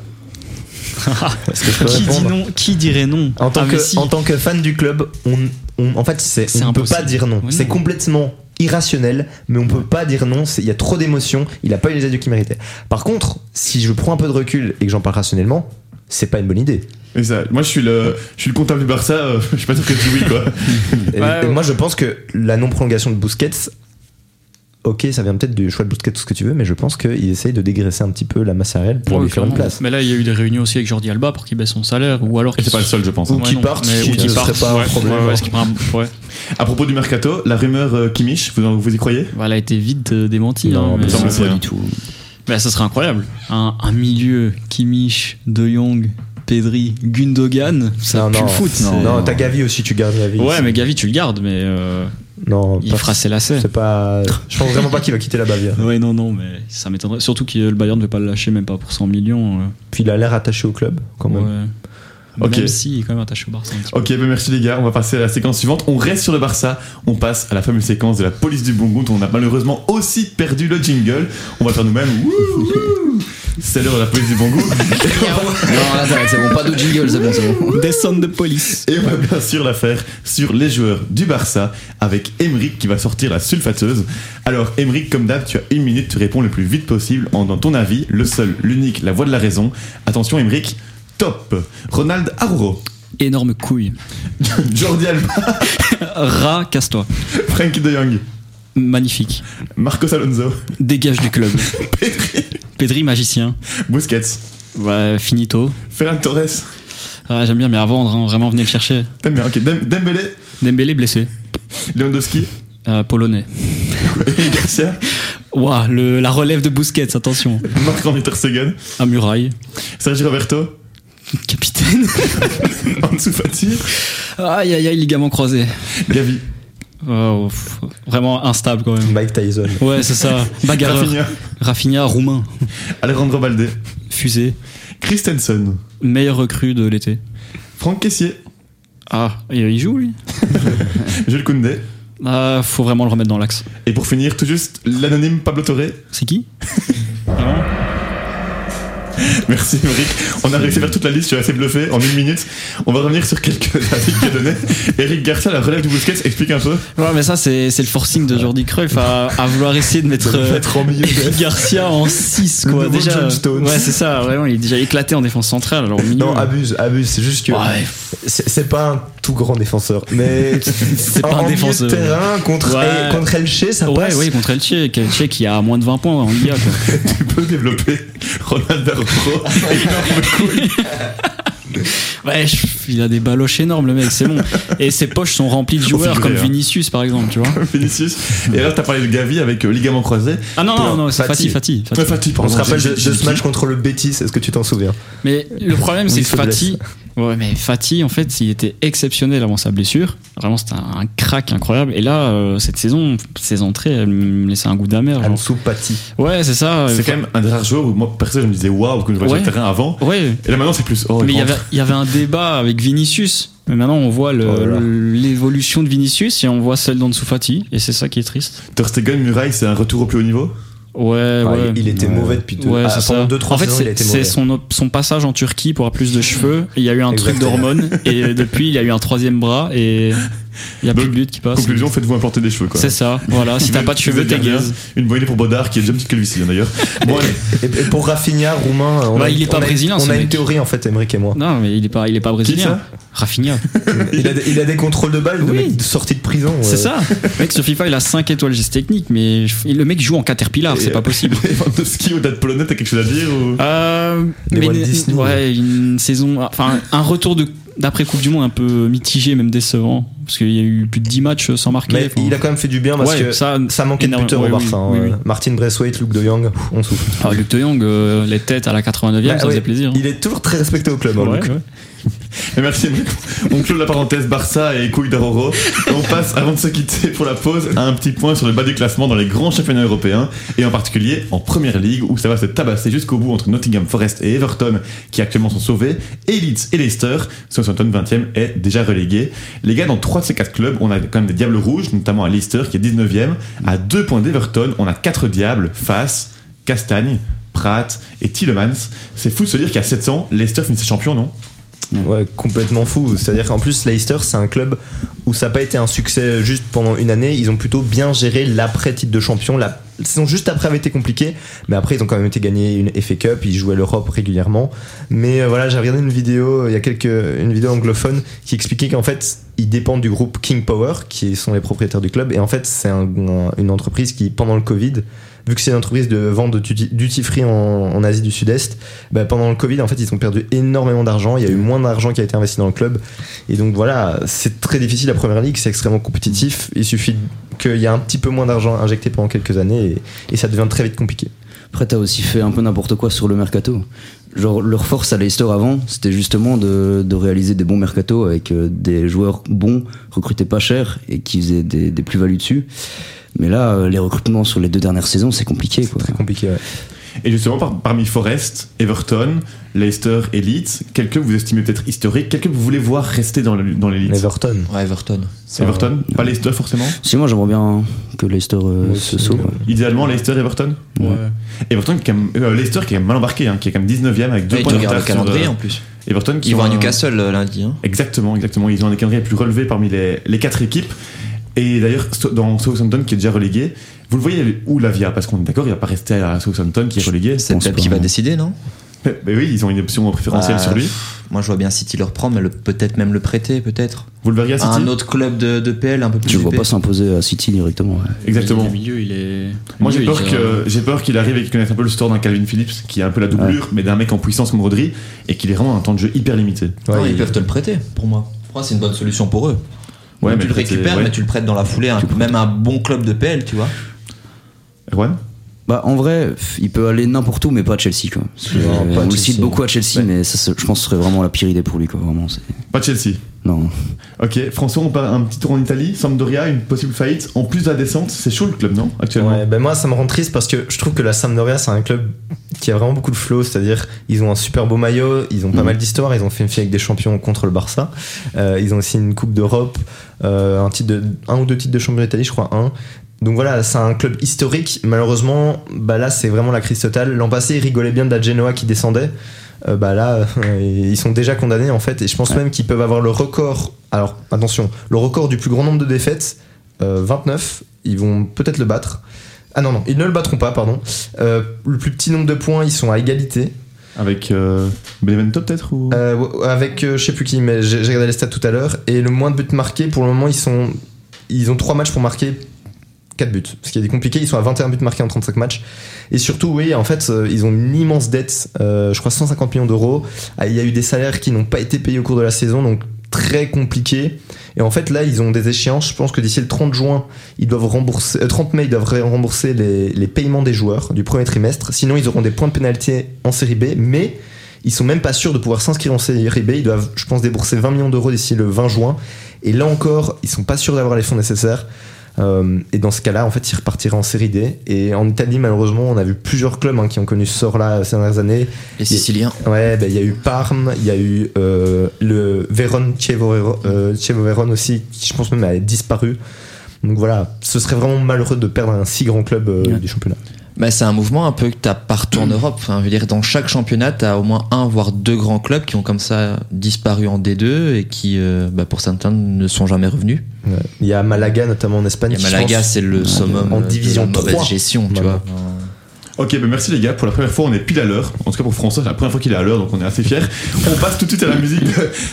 Speaker 2: Est-ce que je peux
Speaker 4: Qui, dit
Speaker 2: répondre
Speaker 4: non, qui dirait non
Speaker 2: En tant,
Speaker 4: Ah, mais
Speaker 2: que,
Speaker 4: si.
Speaker 2: en tant que fan du club, on, on- en fait, c'est,
Speaker 4: C'est
Speaker 2: on ne peut
Speaker 4: impossible.
Speaker 2: pas dire non.
Speaker 4: Oui,
Speaker 2: c'est
Speaker 4: non.
Speaker 2: complètement irrationnel, mais on peut pas dire non. c'est- Il y a trop d'émotions. Il a pas eu les adieux qu'il méritait. Par contre, si je prends un peu de recul et que j'en parle rationnellement, c'est pas une bonne idée.
Speaker 1: Et ça, Moi, je suis le, je suis le comptable du Barça. euh, je suis pas sûr que tu oui quoi.
Speaker 2: Et,
Speaker 4: Ouais,
Speaker 2: et
Speaker 4: ouais.
Speaker 2: moi, je pense que la non-prolongation de Busquets, ok, ça vient peut-être du choix de Busquets, tout ce que tu veux, mais je pense qu'il essaye de dégraisser un petit peu la masse salariale pour
Speaker 4: Ouais,
Speaker 2: lui faire une
Speaker 4: clairement.
Speaker 2: place.
Speaker 4: Mais là, il y a eu des réunions aussi avec Jordi Alba pour qu'il baisse son salaire. Ou alors
Speaker 1: Et
Speaker 4: qu'il
Speaker 1: c'est pas le seul, je pense. hein.
Speaker 2: Ou
Speaker 4: Ouais,
Speaker 2: qu'il
Speaker 4: non,
Speaker 2: parte,
Speaker 4: mais-
Speaker 2: ce
Speaker 4: ou
Speaker 2: qui
Speaker 4: qu'il
Speaker 2: ne
Speaker 4: parte,
Speaker 2: serait pas un
Speaker 4: ouais,
Speaker 2: problème.
Speaker 4: ouais, ouais, ce qui prend un- ouais.
Speaker 1: À propos du mercato, la rumeur euh, Kimmich, vous, en- vous y croyez
Speaker 4: Bah, elle a été vite euh, démentie.
Speaker 2: Non,
Speaker 4: hein,
Speaker 2: mais
Speaker 4: mais-
Speaker 1: ça me semble
Speaker 5: Pas
Speaker 1: bien.
Speaker 5: du tout.
Speaker 4: Bah, ça serait incroyable. Un, un milieu, Kimmich, De Jong, Pedri, Gundogan, ça
Speaker 2: non,
Speaker 4: pue
Speaker 2: non,
Speaker 4: le
Speaker 2: non,
Speaker 4: foot. c'est-
Speaker 2: non, t'as Gavi aussi, tu gardes Gavi.
Speaker 4: Ouais, mais Gavi, tu le gardes, mais euh,
Speaker 2: non,
Speaker 4: il
Speaker 2: pas-
Speaker 4: fera ses lacets.
Speaker 2: c'est pas. Je pense vraiment pas qu'il va quitter la Bavière.
Speaker 4: Ouais, non, non, mais ça m'étonnerait. Surtout que le Bayern ne veut pas le lâcher, même pas pour 100 millions. euh.
Speaker 2: Puis il a l'air attaché au club quand même.
Speaker 4: Ouais.
Speaker 1: Ok.
Speaker 4: Même si il est quand même attaché au Barça. un petit peu.
Speaker 1: Ok, bah merci les gars, on va passer à la séquence suivante. On reste sur le Barça, on passe à la fameuse séquence de la police du bon goût. dont On a malheureusement aussi perdu le jingle. On va le faire nous-mêmes. Wouh, wouh. C'est l'heure de la police du bon goût.
Speaker 5: Non, là, ça va, c'est bon, pas de jingle, c'est bon, c'est bon.
Speaker 4: Descente de police.
Speaker 1: Et on va bien sûr la faire sur les joueurs du Barça avec Emeric qui va sortir la sulfateuse. Alors Emeric, comme d'hab, tu as une minute, tu réponds le plus vite possible en dans ton avis, le seul, l'unique, la voix de la raison. Attention Emeric, top. Ronald Aruro,
Speaker 4: Énorme couille.
Speaker 1: Jordi Alba,
Speaker 4: Rat, casse-toi.
Speaker 1: Frankie de Jong,
Speaker 4: Magnifique.
Speaker 1: Marcos Alonso,
Speaker 4: Dégage du club. Pedri, magicien.
Speaker 1: Busquets,
Speaker 4: Ouais, finito.
Speaker 1: Ferran Torres.
Speaker 4: Ah, J'aime bien, mais à vendre, hein, vraiment, venez le chercher.
Speaker 1: Dem- ok, Dem- Dembélé,
Speaker 4: Dembélé blessé.
Speaker 1: Lewandowski
Speaker 4: Euh, Polonais.
Speaker 1: et Garcia,
Speaker 4: Ouah, le- la relève de Busquets, attention.
Speaker 1: Marc-André Ter Stegen,
Speaker 4: Un muraille.
Speaker 1: Sergi Roberto,
Speaker 4: Capitaine.
Speaker 1: Ansu Fati,
Speaker 4: Aïe, aïe, aïe, ligament croisé.
Speaker 1: Gavi,
Speaker 4: Oh, pff, vraiment instable quand même.
Speaker 2: Mike Tyson.
Speaker 4: Ouais, c'est ça. Bagarreur. Rafinha.
Speaker 1: Rafinha,
Speaker 4: roumain.
Speaker 1: Alejandro Balde,
Speaker 4: Fusée.
Speaker 1: Christensen,
Speaker 4: Meilleur recrue de l'été.
Speaker 1: Franck Caissier,
Speaker 4: Ah, et il joue lui
Speaker 1: Jules Koundé,
Speaker 4: Ah, faut vraiment le remettre dans l'axe.
Speaker 1: Et pour finir, tout juste, l'anonyme Pablo Torre.
Speaker 4: C'est qui Vraiment
Speaker 2: Hein
Speaker 1: Merci, Eric. On a réussi à faire toute la liste, tu as assez bluffé en une minute. On va revenir sur quelques avis qu'il a donné. Eric Garcia, la relève du Busquets, explique un peu.
Speaker 4: Ouais, mais ça, c'est c'est le forcing de Jordi Cruyff à, à vouloir essayer de mettre. euh,
Speaker 1: en milieu de-
Speaker 4: Garcia en 6
Speaker 2: Le
Speaker 4: quoi
Speaker 2: nouveau
Speaker 4: déjà
Speaker 2: John Stones.
Speaker 4: ouais c'est ça vraiment il est déjà éclaté en défense centrale alors au milieu
Speaker 2: Non, abuse, abuse. C'est juste que
Speaker 4: Ouais.
Speaker 2: c'est c'est pas un tout grand défenseur, mais c'est
Speaker 4: pas un défenseur.
Speaker 2: terrain contre
Speaker 4: Ouais.
Speaker 2: eh, contre Elche, ça
Speaker 4: ouais
Speaker 2: passe.
Speaker 4: ouais contre Elche Elche qui a moins de 20 points en Liga quoi.
Speaker 1: Tu peux développer Ronald Darro.
Speaker 4: Ouais, je- il a des baloches énormes, le mec, c'est bon. Et ses poches sont remplies de joueurs
Speaker 1: figurait,
Speaker 4: comme
Speaker 1: hein.
Speaker 4: Vinicius, par exemple, tu vois.
Speaker 1: Vinicius. Et alors, t'as parlé de Gavi avec euh, ligament croisé.
Speaker 4: Ah non, non, non, c'est
Speaker 2: Fati.
Speaker 4: Fatih, Fatih. Fatih.
Speaker 1: Ouais, Fatih,
Speaker 2: On
Speaker 1: pardon,
Speaker 2: se rappelle
Speaker 1: j'ai-
Speaker 2: de, de
Speaker 1: j'ai dit
Speaker 2: ce match contre le Betis. Est-ce que tu t'en souviens
Speaker 4: Mais le problème, c'est
Speaker 2: Oui,
Speaker 4: que
Speaker 2: se blesse.
Speaker 4: Fatih, ouais, mais Fatih, en fait, il était exceptionnel avant sa blessure. Vraiment, c'était un crack incroyable. Et là, euh, cette saison, ses entrées, elles me laissaient un goût d'amer. genre.
Speaker 2: Ansu Pati.
Speaker 4: Ouais, c'est ça.
Speaker 1: C'est quand même un des rares joueurs où moi, perso, je me disais waouh, que je voyais
Speaker 4: Ouais.
Speaker 1: sur le terrain avant.
Speaker 4: Ouais.
Speaker 1: Et là, maintenant, c'est plus. Oh,
Speaker 4: Mais il y,
Speaker 1: rentre.
Speaker 4: avait, il y avait un débat avec Vinicius. Mais maintenant, on voit le-
Speaker 2: Oh là là.
Speaker 4: l'évolution de Vinicius et on voit celle d'Ansu Fati. Et c'est ça qui est triste.
Speaker 1: Ter Stegen, Muraille, c'est un retour au plus haut niveau.
Speaker 4: Ouais,
Speaker 2: Ah,
Speaker 4: ouais.
Speaker 2: il, il était
Speaker 1: Ouais.
Speaker 2: mauvais depuis deux.
Speaker 4: Ouais,
Speaker 2: ah,
Speaker 4: c'est ça.
Speaker 2: pendant deux trois
Speaker 4: en fait,
Speaker 2: saisons, il a
Speaker 4: c'est
Speaker 2: été
Speaker 4: c'est
Speaker 2: mauvais.
Speaker 4: son, op- son passage en Turquie pour avoir plus de cheveux. Il y a eu un truc
Speaker 2: Exactement.
Speaker 4: d'hormones et depuis, il y a eu un troisième bras et il y a plus de lutte qui passe.
Speaker 1: Conclusion, faites-vous implanter des cheveux, quoi.
Speaker 4: C'est ça, voilà. Si t'as pas de cheveux, t'es
Speaker 1: Dernière,
Speaker 4: gaze.
Speaker 1: Une bonne idée pour Bodard qui est déjà petit que lui ici, d'ailleurs. Bon, allez.
Speaker 2: Et, et pour Rafinha, roumain, on
Speaker 4: Bah,
Speaker 2: a,
Speaker 4: il est
Speaker 2: on
Speaker 4: pas
Speaker 2: a-
Speaker 4: brésilien,
Speaker 2: On
Speaker 4: ce
Speaker 2: a une
Speaker 4: mec.
Speaker 2: théorie en fait, Emmerich et moi.
Speaker 4: Non, mais il est pas, il est pas brésilien. Rafinha.
Speaker 2: Il a, des- il a des contrôles de balles, de
Speaker 4: Oui.
Speaker 2: mec sorti de prison. euh,
Speaker 4: C'est ça. Le mec sur FIFA, il a 5 étoiles gestes techniques, mais je- le mec joue en caterpillar, c'est
Speaker 1: Et,
Speaker 4: pas possible.
Speaker 1: Lewandowski au date polonais, t'as quelque chose à dire ou...
Speaker 4: Euh,
Speaker 2: Des
Speaker 4: mais
Speaker 2: Walt
Speaker 4: une-
Speaker 2: Disney.
Speaker 4: ouais, une saison, enfin un retour de d'après Coupe du Monde un peu mitigé, même décevant, parce qu'il y a eu plus de 10 matchs sans marquer.
Speaker 2: Mais
Speaker 4: Enfin,
Speaker 2: il a quand même fait du bien parce
Speaker 4: ouais,
Speaker 2: que ça,
Speaker 4: ça,
Speaker 2: manquait de
Speaker 4: énorme-
Speaker 2: buteurs
Speaker 4: ouais,
Speaker 2: au
Speaker 4: oui,
Speaker 2: Barça. hein.
Speaker 4: oui, oui.
Speaker 2: Martin Braithwaite, Luke de Jong, pff, on souffle.
Speaker 4: Ah, Luc de Jong, euh, les têtes à la 89e,
Speaker 2: Bah,
Speaker 4: ça
Speaker 2: ouais,
Speaker 4: faisait plaisir. hein.
Speaker 2: Il est toujours très respecté au club. hein,
Speaker 4: Ouais,
Speaker 2: Luke.
Speaker 4: ouais.
Speaker 1: Et Merci Emeric. On clôt la parenthèse Barça et couille d'Aroro. Et On passe, avant de se quitter pour la pause, à un petit point sur le bas du classement dans les grands championnats européens. Et en particulier en Première Ligue où ça va se tabasser jusqu'au bout entre Nottingham Forest et Everton qui actuellement sont sauvés. Et Leeds et Leicester. Southampton 20e est déjà relégué. Les gars, dans 3 de ces 4 clubs, on a quand même des Diables Rouges, notamment à Leicester qui est 19e. À 2 points d'Everton, on a 4 Diables, Face, Castagne, Pratt et Tillemans. C'est fou de se dire qu'à 7 ans, Leicester finit ses champions, non
Speaker 2: Ouais, complètement fou. C'est-à-dire qu'en plus, Leicester, c'est un club où ça n'a pas été un succès juste pendant une année. Ils ont plutôt bien géré l'après-titre de champion. La saison juste après avait été compliquée, mais après, ils ont quand même été gagnés une FA Cup. Ils jouaient l'Europe régulièrement. Mais euh, voilà, j'ai regardé une vidéo, euh, il y a quelques, une vidéo anglophone qui expliquait qu'en fait, ils dépendent du groupe King Power, qui sont les propriétaires du club. Et en fait, c'est un- un- une entreprise qui, pendant le Covid, vu que c'est une entreprise de vente de duty- duty free en, en Asie du Sud-Est, bah, pendant le Covid, en fait, ils ont perdu énormément d'argent. Il y a eu moins d'argent qui a été investi dans le club. Et donc voilà, c'est très difficile la première ligue, c'est extrêmement compétitif. Il suffit qu'il y ait un petit peu moins d'argent injecté pendant quelques années et, et ça devient très vite compliqué.
Speaker 3: Après, t'as aussi fait un peu n'importe quoi sur le mercato. Genre, leur force à Leicester avant, c'était justement de, de réaliser des bons mercato avec euh, des joueurs bons, recrutés pas cher et qui faisaient des, des plus-values dessus. Mais là, euh, les recrutements sur les deux dernières saisons, c'est compliqué. Quoi.
Speaker 2: Très compliqué, ouais.
Speaker 1: Et justement, par- parmi Forest, Everton, Leicester et Leeds, quelques que vous estimez peut-être historique, quelques que vous voulez voir rester dans le- dans l'élite
Speaker 2: Everton.
Speaker 5: Ouais, Everton.
Speaker 1: C'est Everton Pas Leicester forcément
Speaker 3: Si moi, j'aimerais bien que Leicester euh,
Speaker 2: Moi
Speaker 3: se
Speaker 2: aussi,
Speaker 3: sauve.
Speaker 2: euh,
Speaker 1: Idéalement, Leicester, Everton
Speaker 3: Ouais.
Speaker 1: Everton qui est quand même, euh, Leicester qui est quand même mal embarqué, hein, qui est quand même 19ème avec deux
Speaker 5: Ouais,
Speaker 1: points
Speaker 5: tu
Speaker 1: de
Speaker 5: regardes le
Speaker 1: retard sur,
Speaker 5: calendrier
Speaker 1: euh,
Speaker 5: en plus.
Speaker 1: Everton qui
Speaker 5: Ils
Speaker 1: ont
Speaker 5: vont à
Speaker 1: un-
Speaker 5: Newcastle euh, lundi. hein.
Speaker 1: Exactement, exactement. Ils ont un des calendriers les plus relevés parmi les, les quatre équipes. Et d'ailleurs, So- dans Southampton qui est déjà relégué, vous le voyez où la via Parce qu'on est d'accord, il va pas rester à Southampton qui est relégué.
Speaker 5: C'est
Speaker 3: pense
Speaker 5: Pep
Speaker 3: pas,
Speaker 5: qui va
Speaker 3: non.
Speaker 5: décider, non
Speaker 1: Mais, mais oui, ils ont une option préférentielle
Speaker 5: Bah,
Speaker 1: sur lui.
Speaker 5: Moi, je vois bien City le reprendre, mais le- peut-être même le prêter, peut-être.
Speaker 1: Vous le verriez à
Speaker 5: À
Speaker 1: City
Speaker 5: un autre club de, de PL un peu plus.
Speaker 3: Je vois
Speaker 5: épais.
Speaker 3: pas s'imposer à City directement. ouais.
Speaker 1: Exactement.
Speaker 4: Le milieu, il est.
Speaker 1: Moi
Speaker 4: le
Speaker 1: j'ai
Speaker 4: milieu,
Speaker 1: peur
Speaker 4: il est-
Speaker 1: que j'ai peur qu'il arrive et qu'il connaisse un peu le store d'un Calvin Phillips qui a un peu la doublure mais d'un mec en puissance comme Rodri et qu'il ait vraiment un temps de jeu hyper limité.
Speaker 5: Non,
Speaker 2: Ouais,
Speaker 5: ils
Speaker 2: il-
Speaker 5: peuvent te le prêter, pour moi. Pour moi, c'est une bonne solution pour eux.
Speaker 1: Ouais,
Speaker 5: Même
Speaker 1: mais
Speaker 5: tu le
Speaker 1: peut-être,
Speaker 5: récupères,
Speaker 1: ouais.
Speaker 5: mais tu le prêtes dans la foulée, hein, même un bon club de PL, tu vois.
Speaker 1: Erwan
Speaker 3: Bah, en vrai, pff, il peut aller n'importe où, mais pas à Chelsea. Quoi. Parce que,
Speaker 5: Non,
Speaker 3: euh,
Speaker 5: pas à
Speaker 3: on le
Speaker 5: Chelsea.
Speaker 3: cite beaucoup à Chelsea, mais ça, c'est- je pense que ce serait vraiment la pire idée pour lui. Quoi. Vraiment, c'est-
Speaker 1: Pas de Chelsea.
Speaker 3: non.
Speaker 5: Euh,
Speaker 1: Ok, François, on part un petit tour en Italie. Sampdoria, une possible faillite. En plus de la descente, c'est chaud le club, non Actuellement.
Speaker 2: Ouais, ben moi ça me rend triste parce que je trouve que la Sampdoria c'est un club qui a vraiment beaucoup de flow, c'est-à-dire ils ont un super beau maillot, ils ont pas mal d'histoire, ils ont fait une finale avec des champions contre le Barça, euh, ils ont aussi une coupe d'Europe, euh, un titre de, un ou deux titres de champion d'Italie, je crois un. Donc voilà, c'est un club historique. Malheureusement, bah là c'est vraiment la crise totale. L'an passé ils rigolaient bien de la Genoa qui descendait. Euh, bah là, euh, ils sont déjà condamnés en fait, et je pense même qu'ils peuvent avoir le record. Alors attention, le record du plus grand nombre de défaites, euh, 29. Ils vont peut-être le battre. Ah non, non, ils ne le battront pas, pardon. Euh, le plus petit nombre de points, ils sont à égalité.
Speaker 1: Avec euh, Benevento peut-être ou...
Speaker 2: Euh, ouais, avec euh, je sais plus qui, mais j'ai j'ai regardé les stats tout à l'heure. Et le moins de buts marqués, pour le moment, ils sont. Ils ont 3 matchs pour marquer 4 buts. Ce qui est compliqué, ils sont à 21 buts marqués en 35 matchs. Et surtout, oui, en fait, euh, ils ont une immense dette, euh, je crois 150 millions d'euros. Ah, Il y a eu des salaires qui n'ont pas été payés au cours de la saison, donc très compliqué. Et en fait, là, ils ont des échéances. Je pense que d'ici le 30 juin, ils doivent rembourser, euh, 30 mai, ils doivent rembourser les, les paiements des joueurs du premier trimestre. Sinon, ils auront des points de pénalité en série B, mais ils sont même pas sûrs de pouvoir s'inscrire en série B. Ils doivent, je pense, débourser 20 millions d'euros d'ici le 20 juin. Et là encore, ils sont pas sûrs d'avoir les fonds nécessaires. Euh, et dans ce cas-là, en fait, ils repartiraient en série D. Et en Italie, malheureusement, on a vu plusieurs clubs hein, qui ont connu ce sort-là ces dernières années.
Speaker 5: Les Siciliens.
Speaker 2: Ouais, bah, il y a eu Parme, il y a eu euh, le Véron Chievo euh, Chievo Vérone aussi, qui je pense même a disparu. Donc voilà, ce serait vraiment malheureux de perdre un si grand club euh,
Speaker 3: Ouais.
Speaker 2: du championnat.
Speaker 5: Bah, c'est un mouvement un peu que t'as partout en Europe. Enfin, je veux dire, dans chaque championnat, t'as au moins un voire deux grands clubs qui ont comme ça disparu en D2 et qui, euh, bah, pour certains, ne sont jamais revenus.
Speaker 2: Ouais. Il y a Malaga notamment en Espagne.
Speaker 5: Et
Speaker 2: qui, je
Speaker 5: Malaga,
Speaker 2: pense-
Speaker 5: c'est le summum euh,
Speaker 2: en
Speaker 5: de la
Speaker 2: division
Speaker 5: mauvaise
Speaker 2: 3.
Speaker 5: gestion, tu
Speaker 2: Voilà.
Speaker 5: vois.
Speaker 1: Ok, bah merci les gars. Pour la première fois, on est pile à l'heure. En tout cas pour François, c'est la première fois qu'il est à l'heure, donc on est assez fiers. On passe tout de suite à la musique de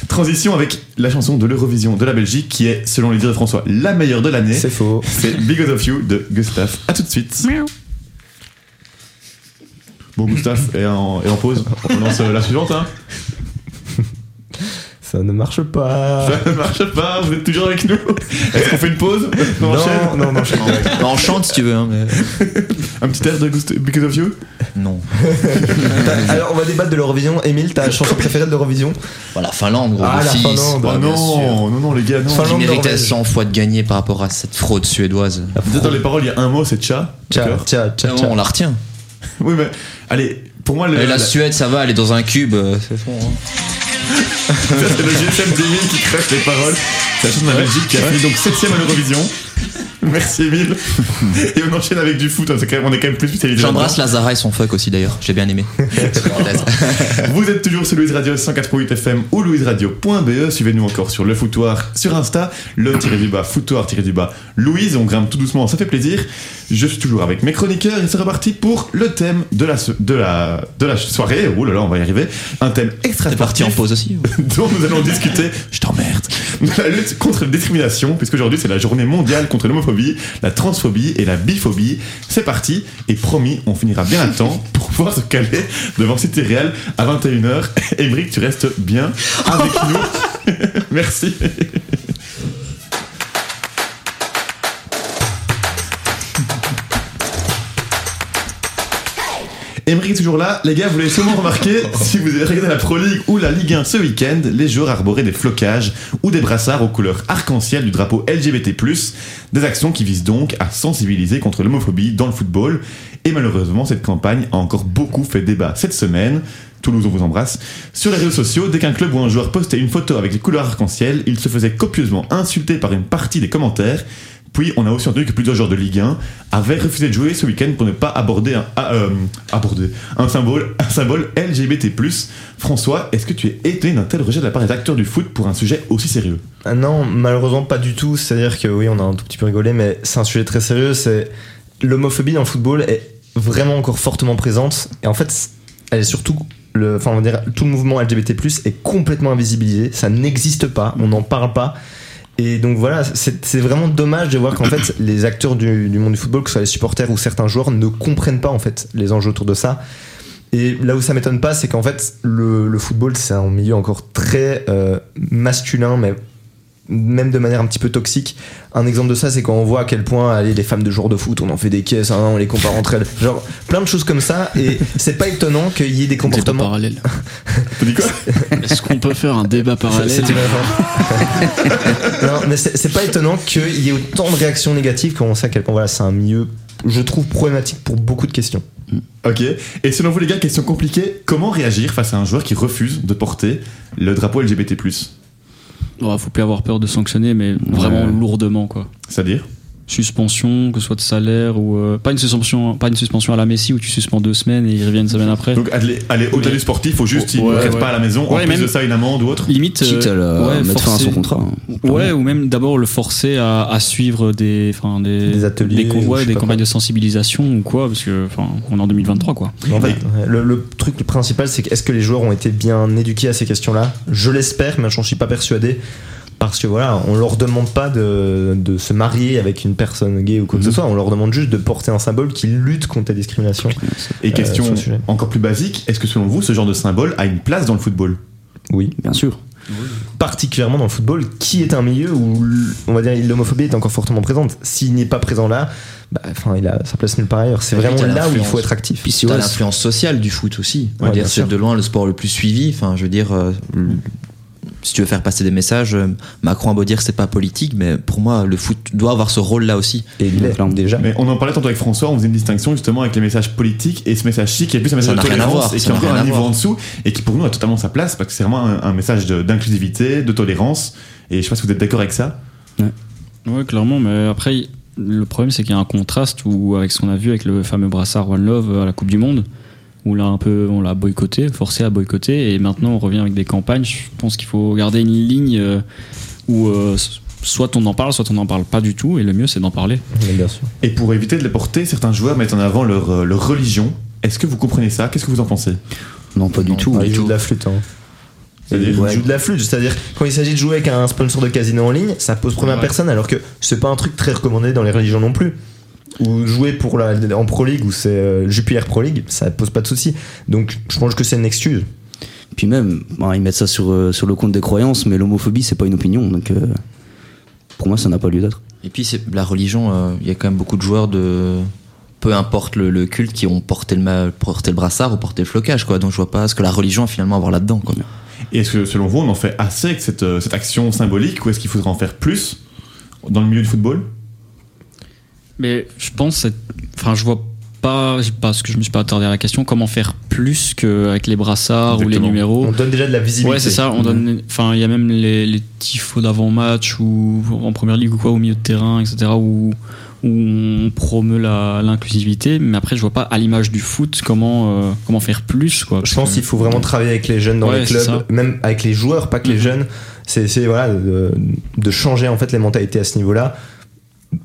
Speaker 1: transition avec la chanson de l'Eurovision de la Belgique qui est, selon les dires de François, la meilleure de l'année.
Speaker 2: C'est faux.
Speaker 1: C'est Because of You de Gustave. A tout de suite. Bon, Gustave est en, est en pause. On lance euh, la suivante. Hein.
Speaker 2: Ça ne marche
Speaker 5: Ah.
Speaker 2: pas.
Speaker 1: Ça ne marche pas, vous êtes toujours avec nous. Est-ce qu'on fait une pause On enchaîne
Speaker 2: non, non, je
Speaker 5: Bah, on chante si tu veux, hein, mais
Speaker 1: Un petit air de Gust- Because of You
Speaker 5: non.
Speaker 2: T'as- Alors, on va débattre de l'Eurovision. Émile, ta chanson préférée de l'Eurovision
Speaker 5: Bah, la Finlande, gros.
Speaker 2: Ah,
Speaker 5: le
Speaker 2: la
Speaker 5: six,
Speaker 2: Finlande,
Speaker 5: bah,
Speaker 1: Oh
Speaker 5: bien sûr.
Speaker 1: non, non, non, les gars, non.
Speaker 2: Finlande,
Speaker 5: Qui méritait
Speaker 2: Norvège.
Speaker 5: 100 fois de gagner par rapport à cette fraude suédoise.
Speaker 1: Peut-être Dans les paroles, il y a un mot, c'est tcha.
Speaker 2: Ciao,
Speaker 1: d'accord
Speaker 2: ciao,
Speaker 5: Ah
Speaker 2: ciao,
Speaker 5: ouais,
Speaker 2: ciao.
Speaker 5: on la retient.
Speaker 1: Oui, mais allez, pour moi, le,
Speaker 5: Et
Speaker 1: la-
Speaker 5: la Suède, ça va, elle est dans un cube. euh, c'est bon, hein.
Speaker 1: ça, c'est le GSM d'Emile qui crache les paroles. C'est la chanson de la Belgique qui a fini donc 7ème à l'Eurovision. Merci Emile. Et on enchaîne avec du foot, hein, c'est quand même- on est quand même plus spécialisé.
Speaker 5: J'embrasse Lazara et son fuck aussi d'ailleurs, j'ai bien aimé.
Speaker 1: Vous êtes toujours sur Louise Radio 104.8 FM ou louiseradio.be. E. Suivez-nous encore sur le foutoir sur Insta, le tiré du bas, foutoir tiré du bas. Louise, on grimpe tout doucement, ça fait plaisir. Je suis toujours avec mes chroniqueurs et c'est reparti pour le thème de la, se- de la, de la soirée. Oh là là, on va y arriver. Un thème extra
Speaker 5: T'es parti en
Speaker 1: sportif
Speaker 5: pause aussi ou
Speaker 1: dont nous allons discuter, je t'emmerde, de la lutte contre la discrimination, puisqu'aujourd'hui c'est la journée mondiale contre l'homophobie, la transphobie et la biphobie. C'est parti, et promis, on finira bien à temps pour pouvoir se caler devant Cité Réal à 21h. Ébric, tu restes bien avec nous. Merci. Emery est toujours là. Les gars, vous l'avez sûrement remarqué, si vous avez regardé la Pro League ou la Ligue 1 ce week-end, les joueurs arboraient des flocages ou des brassards aux couleurs arc-en-ciel du drapeau LGBT+, des actions qui visent donc à sensibiliser contre l'homophobie dans le football. Et malheureusement, cette campagne a encore beaucoup fait débat cette semaine. Toulouse, on vous embrasse. Sur les réseaux sociaux, dès qu'un club ou un joueur postait une photo avec les couleurs arc-en-ciel, il se faisait copieusement insulter par une partie des commentaires. Puis, on a aussi entendu que plusieurs joueurs de Ligue 1 avaient refusé de jouer ce week-end pour ne pas aborder un, ah, euh, aborder un symbole, un symbole LGBT+. François, est-ce que tu es étonné d'un tel rejet de la part des acteurs du foot pour un sujet aussi sérieux
Speaker 2: Ah non, malheureusement pas du tout. C'est-à-dire que oui, on a un tout petit peu rigolé, mais c'est un sujet très sérieux. C'est l'homophobie dans le football est vraiment encore fortement présente. Et en fait, c- elle est surtout le, enfin, on va dire, tout le mouvement LGBT+ est complètement invisibilisé. Ça n'existe pas. On n'en parle pas. Et donc voilà, c'est c'est vraiment dommage de voir qu'en fait les acteurs du, du monde du football, que ce soit les supporters ou certains joueurs, ne comprennent pas en fait les enjeux autour de ça. Et là où ça m'étonne pas, c'est qu'en fait, le, le football, c'est un milieu encore très euh, masculin, mais même de manière un petit peu toxique. Un exemple de ça, c'est quand on voit à quel point allez, les femmes de jour de foot, on en fait des caisses, hein, on les compare entre elles. Genre, plein de choses comme ça. Et c'est pas étonnant qu'il y ait des
Speaker 4: Un débat
Speaker 2: comportements.
Speaker 4: parallèle.
Speaker 1: Tu dis quoi
Speaker 4: Est-ce qu'on peut faire un débat parallèle
Speaker 2: C'est une réponse. non, mais c'est c'est pas étonnant qu'il y ait autant de réactions négatives quand on sait à quel point voilà, c'est un milieu, je trouve, problématique pour beaucoup de questions.
Speaker 1: Ok. Et selon vous, les gars, question compliquée. Comment réagir face à un joueur qui refuse de porter le drapeau LGBT+.
Speaker 4: Oh, Faut plus avoir peur de sanctionner, mais vraiment lourdement quoi.
Speaker 1: C'est-à-dire
Speaker 4: Suspension, que ce soit de salaire ou euh, pas une suspension, pas une suspension à la Messi où tu suspends deux semaines et il revient une semaine après.
Speaker 1: Donc aller, aller au-delà du sportif, faut juste il
Speaker 4: Euh, Ouais,
Speaker 1: ne reste
Speaker 4: ouais.
Speaker 1: pas à la maison. en
Speaker 4: Ouais,
Speaker 1: plus
Speaker 4: même-
Speaker 1: de ça, une amende ou autre.
Speaker 4: Limite, euh,
Speaker 3: Quitte à la-
Speaker 4: ouais,
Speaker 3: mettre fin à
Speaker 4: forcer-
Speaker 3: son contrat. hein.
Speaker 4: Ouais, ou même d'abord le forcer à, à suivre des, enfin, des,
Speaker 2: Des ateliers
Speaker 4: des, co-
Speaker 2: ou je
Speaker 4: ouais,
Speaker 2: sais
Speaker 4: des
Speaker 2: pas
Speaker 4: campagnes
Speaker 2: quoi.
Speaker 4: de sensibilisation ou quoi, parce que enfin, on est en 2023 quoi.
Speaker 2: En fait, ouais, le, le truc principal, c'est que est-ce que les joueurs ont été bien éduqués à ces questions-là Je l'espère, mais je ne suis pas persuadé. Parce que voilà, on leur demande pas de, de se marier avec une personne gay ou quoi que ce soit, on leur demande juste de porter un symbole qui lutte contre la discrimination.
Speaker 1: Et
Speaker 4: euh,
Speaker 1: question
Speaker 2: sur le sujet.
Speaker 1: encore plus basique, est-ce que selon vous, ce genre de symbole a une place dans le football
Speaker 2: Oui.
Speaker 3: Bien sûr.
Speaker 2: particulièrement dans le football, qui est un milieu où, l- on va dire, l'homophobie est encore fortement présente. S'il n'est pas présent là, bah, enfin, il a sa place nulle part ailleurs. C'est
Speaker 5: Oui,
Speaker 2: vraiment
Speaker 5: t'as
Speaker 2: là où il
Speaker 5: l'influence.
Speaker 2: faut être actif.
Speaker 3: Puis si
Speaker 5: T'as
Speaker 3: ouais,
Speaker 5: l'influence sociale du foot aussi. On
Speaker 2: Ouais,
Speaker 5: va dire,
Speaker 2: bien
Speaker 5: c'est
Speaker 2: sûr.
Speaker 5: de loin le sport le plus suivi. Enfin, je veux dire, euh, le- si tu veux faire passer des messages, euh, Macron a beau dire que c'est pas politique, mais pour moi, le foot doit avoir ce rôle-là aussi.
Speaker 2: Et il l'est
Speaker 3: Clairement.
Speaker 2: déjà.
Speaker 1: Mais on en parlait tantôt avec François, on faisait une distinction justement avec les messages politiques et ce message chic qui est plus un message
Speaker 5: n'a
Speaker 1: de
Speaker 5: rien à
Speaker 1: tolérance
Speaker 5: voir,
Speaker 1: et qui
Speaker 5: ça
Speaker 1: est
Speaker 5: n'a
Speaker 1: encore
Speaker 5: rien
Speaker 1: un
Speaker 5: à
Speaker 1: niveau
Speaker 5: voir.
Speaker 1: en dessous et qui pour nous a totalement sa place parce que c'est vraiment un, un message de- d'inclusivité, de, tolérance. Et je sais pas si vous êtes d'accord avec ça.
Speaker 4: Ouais, clairement, mais après, y- le problème c'est qu'il y a un contraste où, avec ce qu'on a vu avec le fameux brassard One Love à la Coupe du Monde, où là un peu on l'a boycotté, forcé à boycotter, et maintenant on revient avec des campagnes. Je pense qu'il faut garder une ligne euh, où euh, s- soit on en parle, soit on n'en parle pas du tout, et le mieux c'est d'en parler.
Speaker 2: Mais bien sûr.
Speaker 1: Et pour éviter de les porter, certains joueurs mettent en avant leur, euh, leur religion. Est-ce que vous comprenez ça Qu'est-ce que vous en pensez
Speaker 3: Non, pas du
Speaker 5: Non,
Speaker 3: tout.
Speaker 5: pas
Speaker 2: il
Speaker 5: du
Speaker 2: joue
Speaker 5: tout.
Speaker 2: de la flûte. hein.
Speaker 1: C'est-à-dire
Speaker 2: Il
Speaker 1: Ouais.
Speaker 2: joue de la flûte, c'est-à-dire quand il s'agit de jouer avec un sponsor de casino en ligne, ça pose première
Speaker 4: Ouais.
Speaker 2: personne, alors que c'est pas un truc très recommandé dans les religions non plus. Ou jouer pour la, en Pro League ou c'est euh, Jupiler Pro League, ça pose pas de souci. Donc je pense que c'est une excuse.
Speaker 3: Puis même, bah, ils mettent ça sur, euh, sur le compte des croyances, mais l'homophobie, c'est pas une opinion. Donc euh, pour moi, ça n'a pas lieu d'être.
Speaker 5: Et puis, c'est la religion, euh, il y a quand même beaucoup de joueurs de. Peu importe le, le culte, qui ont porté le, ma- porté le brassard ou porté le flocage, quoi. Donc, je vois pas ce que la religion a finalement à voir là-dedans, quoi.
Speaker 1: Et est-ce que selon vous, on en fait assez avec cette, euh, cette action symbolique ou est-ce qu'il faudrait en faire plus dans le milieu du football
Speaker 4: Mais je pense, c'est- enfin, je vois pas, j'ai- parce que je me suis pas attardé à la question, comment faire plus qu'avec les brassards ou les
Speaker 1: Exactement.
Speaker 4: numéros.
Speaker 2: On donne déjà de la visibilité.
Speaker 4: Oh. Ouais, c'est ça. On donne, enfin, il y a même les, les tifos d'avant-match ou en première ligue ou quoi, au milieu de terrain, etc. où, où on promeut la- l'inclusivité. Mais après, je vois pas à l'image du foot comment euh, comment faire plus quoi.
Speaker 2: Je pense qu'il faut vraiment travailler avec les jeunes dans
Speaker 4: Ouais,
Speaker 2: les
Speaker 4: c'est
Speaker 2: clubs,
Speaker 4: ça.
Speaker 2: même avec les joueurs, pas que les jeunes. C'est essayer voilà, de, de changer en fait les mentalités à ce niveau-là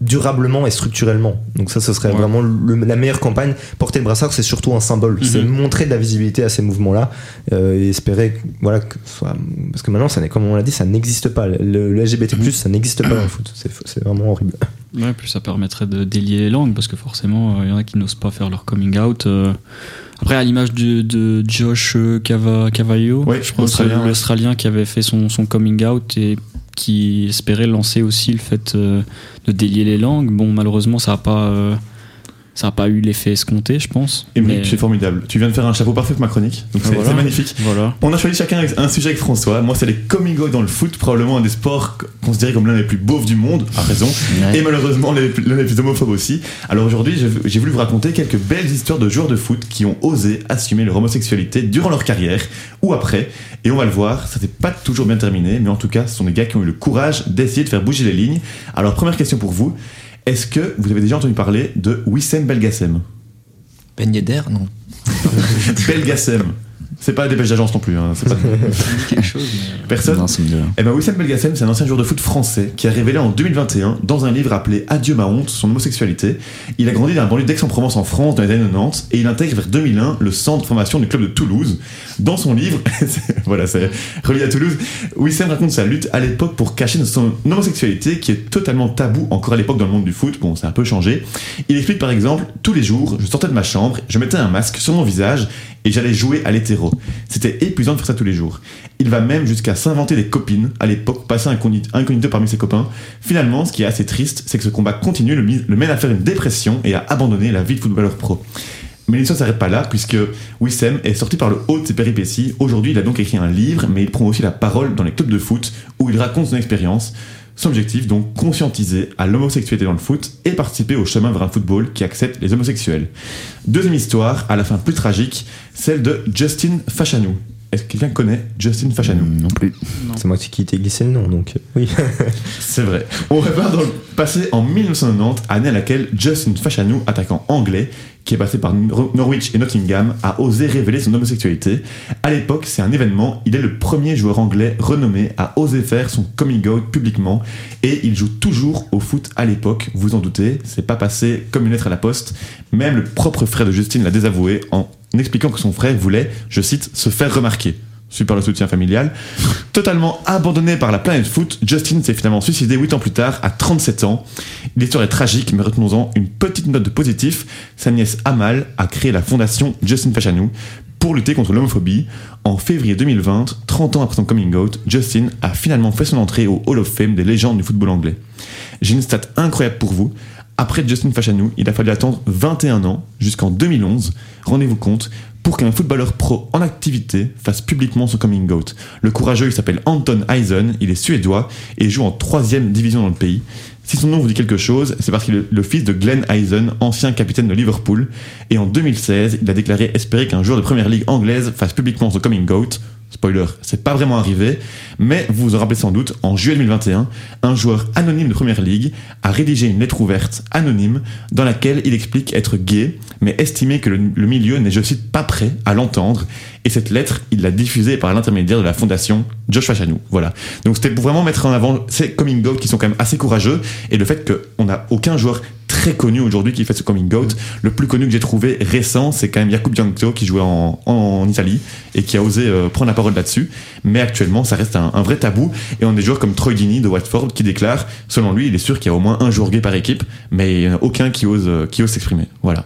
Speaker 2: durablement et structurellement. Donc ça, ce serait
Speaker 4: Ouais.
Speaker 2: vraiment le- la meilleure campagne. Porter le brassard, c'est surtout un symbole. C'est montrer de la visibilité à ces mouvements-là euh, et espérer que, voilà que ce soit parce que maintenant, ça n'est comme on l'a dit, ça n'existe pas. Le, le LGBT+ ça n'existe pas dans le foot. C'est c'est vraiment horrible.
Speaker 4: Ouais, puis ça permettrait de délier les langues parce que forcément, euh, il y en a qui n'osent pas faire leur coming out. euh. Après, à l'image de, de Josh euh, Cava- Cavallo,
Speaker 1: Ouais,
Speaker 4: je pense
Speaker 1: l'Australien,
Speaker 4: euh,
Speaker 1: ouais.
Speaker 4: l'Australien qui avait fait son, son coming out et qui espérait lancer aussi le fait euh, de délier les langues. Bon, malheureusement, ça n'a pas. euh, Ça n'a pas eu l'effet escompté, je pense.
Speaker 1: Émeric,
Speaker 4: Mais- Ah,
Speaker 1: c'est formidable. Tu viens de faire un chapeau parfait pour ma chronique, donc c'est
Speaker 4: Voilà.
Speaker 1: c'est magnifique.
Speaker 4: Voilà.
Speaker 1: On a choisi chacun un sujet avec François. Moi, c'est les coming out dans le foot, probablement un des sports considérés comme l'un des plus beaufs du monde, à raison, et malheureusement l'un des plus- l'un des plus homophobes aussi. Alors aujourd'hui, j'ai- j'ai voulu vous raconter quelques belles histoires de joueurs de foot qui ont osé assumer leur homosexualité durant leur carrière ou après. Et on va le voir, ça s'est pas toujours bien terminé, mais en tout cas, ce sont des gars qui ont eu le courage d'essayer de faire bouger les lignes. Alors première question pour vous, est-ce que vous avez déjà entendu parler de Wissem Belgassem
Speaker 5: Ben Yedder, non.
Speaker 1: Belgassem c'est pas des pêches d'agence non plus. hein, c'est pas-
Speaker 5: Quelque chose.
Speaker 1: Personne
Speaker 3: Non, ça me dit rien.
Speaker 1: Eh ben Wissam Belgassem, c'est un ancien joueur de foot français qui a révélé en 2021, dans un livre appelé Adieu ma honte, son homosexualité. Il a grandi dans un banlieue d'Aix-en-Provence en France dans les années 90 et il intègre vers 2001 le centre de formation du club de Toulouse. Dans son livre, c'est- voilà, c'est relié à Toulouse, Wissam raconte sa lutte à l'époque pour cacher son homosexualité qui est totalement tabou encore à l'époque dans le monde du foot. Bon, ça a un peu changé. Il explique par exemple, tous les jours, je sortais de ma chambre, je mettais un masque sur mon visage et j'allais jouer à l'hétéro. C'était épuisant de faire ça tous les jours. Il va même jusqu'à s'inventer des copines à l'époque, passer incogni- incognito parmi ses copains. Finalement, ce qui est assez triste, c'est que ce combat continu le, mi- le mène à faire une dépression et à abandonner la vie de footballeur pro. Mais l'histoire s'arrête pas là, puisque Wissem est sorti par le haut de ses péripéties. Aujourd'hui, il a donc écrit un livre, mais il prend aussi la parole dans les clubs de foot, où il raconte son expérience. Son objectif, donc, conscientiser à l'homosexualité dans le foot et participer au chemin vers un football qui accepte les homosexuels. Deuxième histoire, à la fin plus tragique, celle de Justin Fachanou. Est-ce que quelqu'un connaît Justin Fachanou
Speaker 3: Non plus.
Speaker 2: C'est moi qui t'ai glissé le nom, donc euh, oui.
Speaker 1: C'est vrai. On repart dans le passé en 1990, année à laquelle Justin Fashanu, attaquant anglais, qui est passé par Nor- Norwich et Nottingham, a osé révéler son homosexualité. À l'époque, c'est un événement. Il est le premier joueur anglais renommé à oser faire son coming out publiquement et il joue toujours au foot à l'époque. Vous en doutez, c'est pas passé comme une lettre à la poste. Même le propre frère de Justin l'a désavoué en expliquant que son frère voulait, je cite, se faire remarquer. Su par le soutien familial. Totalement abandonné par la planète foot, Justin s'est finalement suicidé 8 ans plus tard, à 37 ans. L'histoire est tragique, mais retenons-en une petite note de positif. Sa nièce Amal a créé la fondation Justin Fachanou pour lutter contre l'homophobie. En février 2020, 30 ans après son coming out, Justin a finalement fait son entrée au Hall of Fame des légendes du football anglais. J'ai une stat incroyable pour vous. Après Justin Fachanou, il a fallu attendre 21 ans, jusqu'en 2011, rendez-vous compte, pour qu'un footballeur pro en activité fasse publiquement son coming out. Le courageux, il s'appelle Anton Eisen, il est suédois et joue en troisième division dans le pays. Si son nom vous dit quelque chose, c'est parce qu'il est le fils de Glenn Eisen, ancien capitaine de Liverpool, et en 2016, il a déclaré espérer qu'un joueur de première ligue anglaise fasse publiquement son coming out. Spoiler, c'est pas vraiment arrivé, mais vous vous en rappelez sans doute, en juillet 2021, un joueur anonyme de première ligue a rédigé une lettre ouverte anonyme dans laquelle il explique être gay, mais estimer que le, le milieu n'est, je cite, pas prêt à l'entendre. Et cette lettre, il l'a diffusée par l'intermédiaire de la fondation Joshua Chanou. Voilà. Donc c'était pour vraiment mettre en avant ces coming out qui sont quand même assez courageux et le fait qu'on n'a aucun joueur très connu aujourd'hui qui fait ce coming out. Le plus connu que j'ai trouvé récent, c'est quand même Jakub Jankto qui jouait en, en Italie et qui a osé euh, prendre la parole là-dessus. Mais actuellement, ça reste un, un vrai tabou. Et on a des joueurs comme Troy Deeney de Watford qui déclare, selon lui, il est sûr qu'il y a au moins un joueur gay par équipe, mais il n'y en a aucun qui ose, euh, qui ose s'exprimer. Voilà.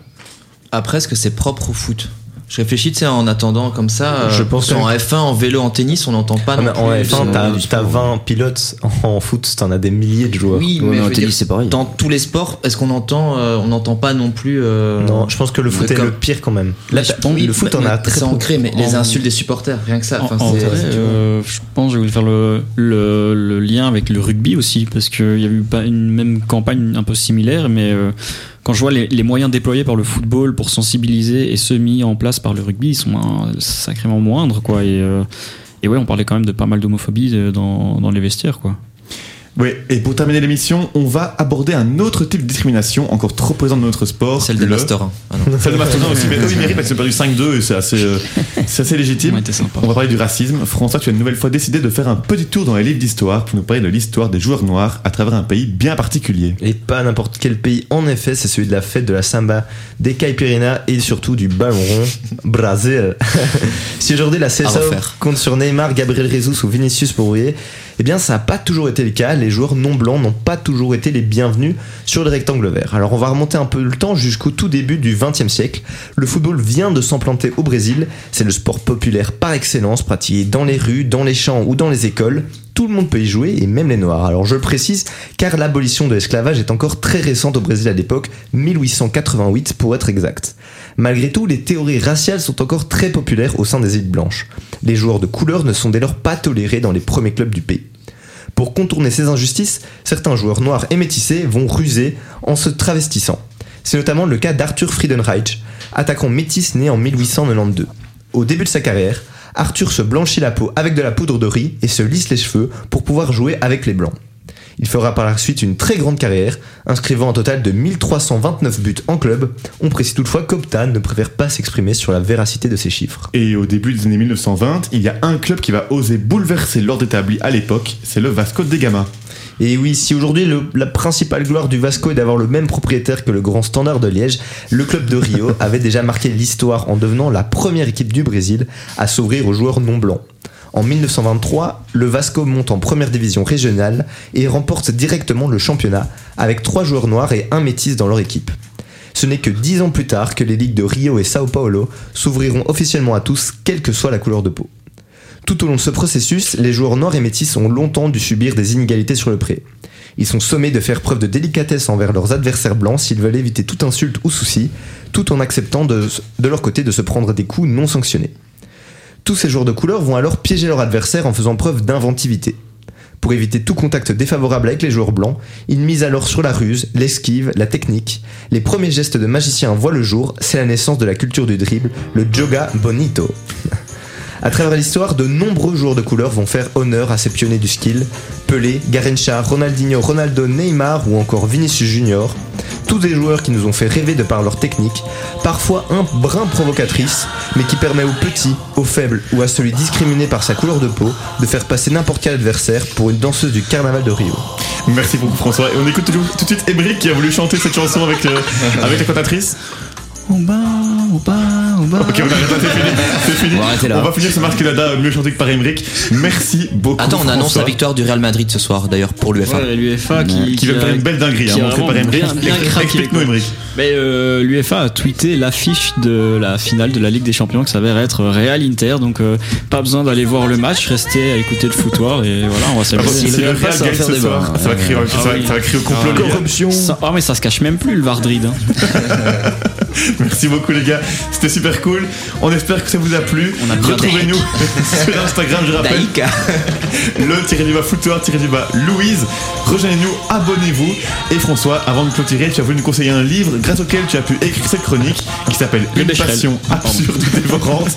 Speaker 5: Après, est-ce que c'est propre au foot je réfléchis, tu sais, en attendant comme ça.
Speaker 2: Je
Speaker 5: euh,
Speaker 2: pense
Speaker 5: qu'en
Speaker 2: que-
Speaker 5: F1, en vélo, en tennis, on n'entend pas.
Speaker 2: Ah, mais
Speaker 5: non
Speaker 2: en
Speaker 5: plus,
Speaker 2: F1,
Speaker 5: euh,
Speaker 2: t'as-
Speaker 5: du
Speaker 2: t'as
Speaker 5: sport.
Speaker 2: 20 pilotes en foot, t'en as des milliers de joueurs.
Speaker 5: Oui,
Speaker 3: Ouais,
Speaker 5: mais
Speaker 3: mais en
Speaker 5: je veux
Speaker 3: tennis,
Speaker 5: dire,
Speaker 3: c'est pareil.
Speaker 5: Dans tous les sports, est-ce qu'on entend euh, On n'entend pas non plus. euh,
Speaker 2: Non, je pense que le foot
Speaker 5: Mais
Speaker 2: est
Speaker 5: comme-
Speaker 2: le pire quand même. Là,
Speaker 5: mais je-
Speaker 2: t'as-
Speaker 5: oui,
Speaker 2: le foot,
Speaker 5: mais-
Speaker 2: on a
Speaker 5: mais
Speaker 2: très
Speaker 5: C'est
Speaker 2: peu.
Speaker 5: ancré, mais les
Speaker 4: en-
Speaker 5: insultes des supporters, rien que ça.
Speaker 4: En,
Speaker 5: Ah, Enfin,
Speaker 4: en
Speaker 5: c'est-
Speaker 4: vrai, euh, je pense que je voulais faire le, le, le lien avec le rugby aussi, parce qu'il y a eu pas une même campagne un peu similaire, mais euh, quand je vois les, les moyens déployés par le football pour sensibiliser et ceux mis en place par le rugby, ils sont euh, sacrément moindres, quoi. Et, euh, et ouais, on parlait quand même de pas mal d'homophobie euh, dans, dans les vestiaires, quoi.
Speaker 1: Oui, et pour terminer l'émission, on va aborder un autre type de discrimination encore trop présent dans notre sport.
Speaker 5: Celle des
Speaker 1: le-
Speaker 5: Masters. hein. Ah non.
Speaker 1: Celle de Mastodon aussi, mais eux ils méritent parce qu'ils ont perdu 5-2 et c'est assez, euh, c'est assez légitime.
Speaker 4: Ouais, t'es sympa.
Speaker 1: On va parler du racisme. François, tu as une nouvelle fois décidé de faire un petit tour dans les livres d'histoire pour nous parler de l'histoire des joueurs noirs à travers un pays bien particulier.
Speaker 2: Et pas n'importe quel pays, en effet, c'est celui de la fête de la samba, des caipirinhas et surtout du ballon rond, Brésil. si aujourd'hui la CSA
Speaker 5: refaire.
Speaker 2: compte sur Neymar, Gabriel Jesus ou Vinicius pour briller, eh bien ça n'a pas toujours été le cas. Les joueurs non blancs n'ont pas toujours été les bienvenus sur le rectangle vert. Alors on va remonter un peu le temps jusqu'au tout début du XXe siècle. Le football vient de s'implanter au Brésil. C'est le sport populaire par excellence, pratiqué dans les rues, dans les champs ou dans les écoles. tout le monde peut y jouer, et même les Noirs. Alors je le précise, car l'abolition de l'esclavage est encore très récente au Brésil à l'époque, 1888 pour être exact. Malgré tout, les théories raciales sont encore très populaires au sein des îles blanches. Les joueurs de couleur ne sont dès lors pas tolérés dans les premiers clubs du pays. Pour contourner ces injustices, certains joueurs noirs et métissés vont ruser en se travestissant. C'est notamment le cas d'Arthur Friedenreich, attaquant métis né en 1892. Au début de sa carrière, Arthur se blanchit la peau avec de la poudre de riz et se lisse les cheveux pour pouvoir jouer avec les blancs. Il fera par la suite une très grande carrière, inscrivant un total de 1329 buts en club. On précise toutefois qu'Optan ne préfère pas s'exprimer sur la véracité de ces chiffres.
Speaker 1: Et au début des années 1920, il y a un club qui va oser bouleverser l'ordre établi à l'époque, c'est le Vasco de Gama.
Speaker 2: Et oui, si aujourd'hui le- la principale gloire du Vasco est d'avoir le même propriétaire que le grand standard de Liège, le club de Rio avait déjà marqué l'histoire en devenant la première équipe du Brésil à s'ouvrir aux joueurs non blancs. En 1923, le Vasco monte en première division régionale et remporte directement le championnat avec trois joueurs noirs et un métis dans leur équipe. Ce n'est que dix ans plus tard que les ligues de Rio et Sao Paulo s'ouvriront officiellement à tous, quelle que soit la couleur de peau. Tout au long de ce processus, les joueurs noirs et métis ont longtemps dû subir des inégalités sur le pré. Ils sont sommés de faire preuve de délicatesse envers leurs adversaires blancs s'ils veulent éviter toute insulte ou souci, tout en acceptant de, de leur côté de se prendre des coups non sanctionnés. Tous ces joueurs de couleur vont alors piéger leurs adversaires en faisant preuve d'inventivité. Pour éviter tout contact défavorable avec les joueurs blancs, ils misent alors sur la ruse, l'esquive, la technique. Les premiers gestes de magiciens voient le jour, c'est la naissance de la culture du dribble, le joga bonito. À travers l'histoire, de nombreux joueurs de couleur vont faire honneur à ces pionniers du skill. Pelé, Garincha, Ronaldinho, Ronaldo, Neymar ou encore Vinicius Junior. Tous des joueurs qui nous ont fait rêver de par leur technique, parfois un brin provocatrice, mais qui permet aux petits, aux faibles ou à celui discriminé par sa couleur de peau de faire passer n'importe quel adversaire pour une danseuse du carnaval de Rio.
Speaker 1: Merci beaucoup François. Et on écoute tout, tout de suite Ébric qui a voulu chanter cette chanson avec, euh, avec la cantatrice.
Speaker 4: On bat, on bat, on bat.
Speaker 1: Ok, on arrête là, c'est fini. C'est fini.
Speaker 5: On va arrêter là.
Speaker 1: va finir ce Masculada mieux chanté que par Ébric. Merci beaucoup.
Speaker 5: Attends, on annonce
Speaker 1: François.
Speaker 5: la victoire du Real Madrid ce soir, d'ailleurs, pour l'UEFA.
Speaker 4: Ouais, l'UEFA
Speaker 1: Qui,
Speaker 4: euh, qui,
Speaker 1: veut
Speaker 4: a-
Speaker 1: faire une belle dinguerie,
Speaker 4: qui
Speaker 1: hein,
Speaker 4: a
Speaker 1: montrée par
Speaker 4: vraiment
Speaker 1: Ébric.
Speaker 4: bien- bien craqué,
Speaker 1: Explique-nous
Speaker 4: quoi.
Speaker 1: Ébric.
Speaker 4: Mais euh, l'UEFA a tweeté l'affiche de la finale de la Ligue des Champions qui s'avère être Real Inter. Donc euh, pas besoin d'aller voir le match, restez à écouter le foutoir et voilà, on va
Speaker 1: Ah bon, Si
Speaker 4: s'amuser.
Speaker 1: le
Speaker 5: Real
Speaker 1: Real
Speaker 5: passe, ça va
Speaker 1: gagne
Speaker 5: faire
Speaker 1: ce
Speaker 5: des
Speaker 1: soir,
Speaker 5: bars.
Speaker 1: ça va crier ça va-
Speaker 4: oui.
Speaker 1: ça va crier au complot. les gars.
Speaker 2: Corruption
Speaker 4: Ça- Ah mais ça se cache même plus le Vardrid. hein.
Speaker 1: Merci beaucoup les gars, c'était super cool. On espère que ça vous a plu.
Speaker 4: On a bien
Speaker 1: Retrouvez-nous sur Instagram, je rappelle.
Speaker 5: Daïka.
Speaker 1: le tiré du bas foutoir, tiré du bas Louise. Rejoignez-nous, abonnez-vous. Et François, avant de clôturer, tu as voulu nous conseiller un livre grâce auquel tu as pu écrire cette chronique qui s'appelle
Speaker 4: Le
Speaker 1: Une
Speaker 4: Becherel.
Speaker 1: passion
Speaker 4: Pardon.
Speaker 1: absurde et dévorante.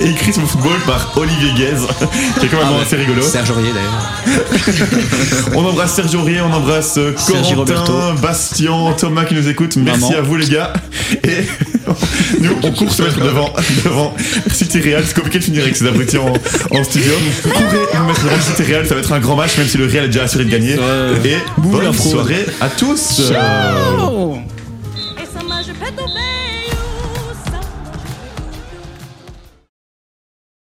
Speaker 1: Et écrit sur le football par Olivier Guez, qui est quand même
Speaker 5: Ah ouais.
Speaker 1: assez rigolo.
Speaker 5: Serge Aurier, d'ailleurs.
Speaker 1: On embrasse Sergio Aurier, on embrasse euh,
Speaker 4: Sergi
Speaker 1: Corentin,
Speaker 4: Roberto.
Speaker 1: Bastien, Thomas qui nous écoute. Merci
Speaker 4: Maman.
Speaker 1: à vous les gars. Et nous, on court se mettre devant, devant City Real. C'est compliqué de finir avec ces abrutis en, en studio. Courez nous mettre devant City Real, ça va être un grand match même si le Real est déjà assuré de gagner.
Speaker 4: Ouais.
Speaker 1: Et
Speaker 4: Bouh,
Speaker 1: bonne
Speaker 4: la fraude.
Speaker 1: soirée à tous. Euh,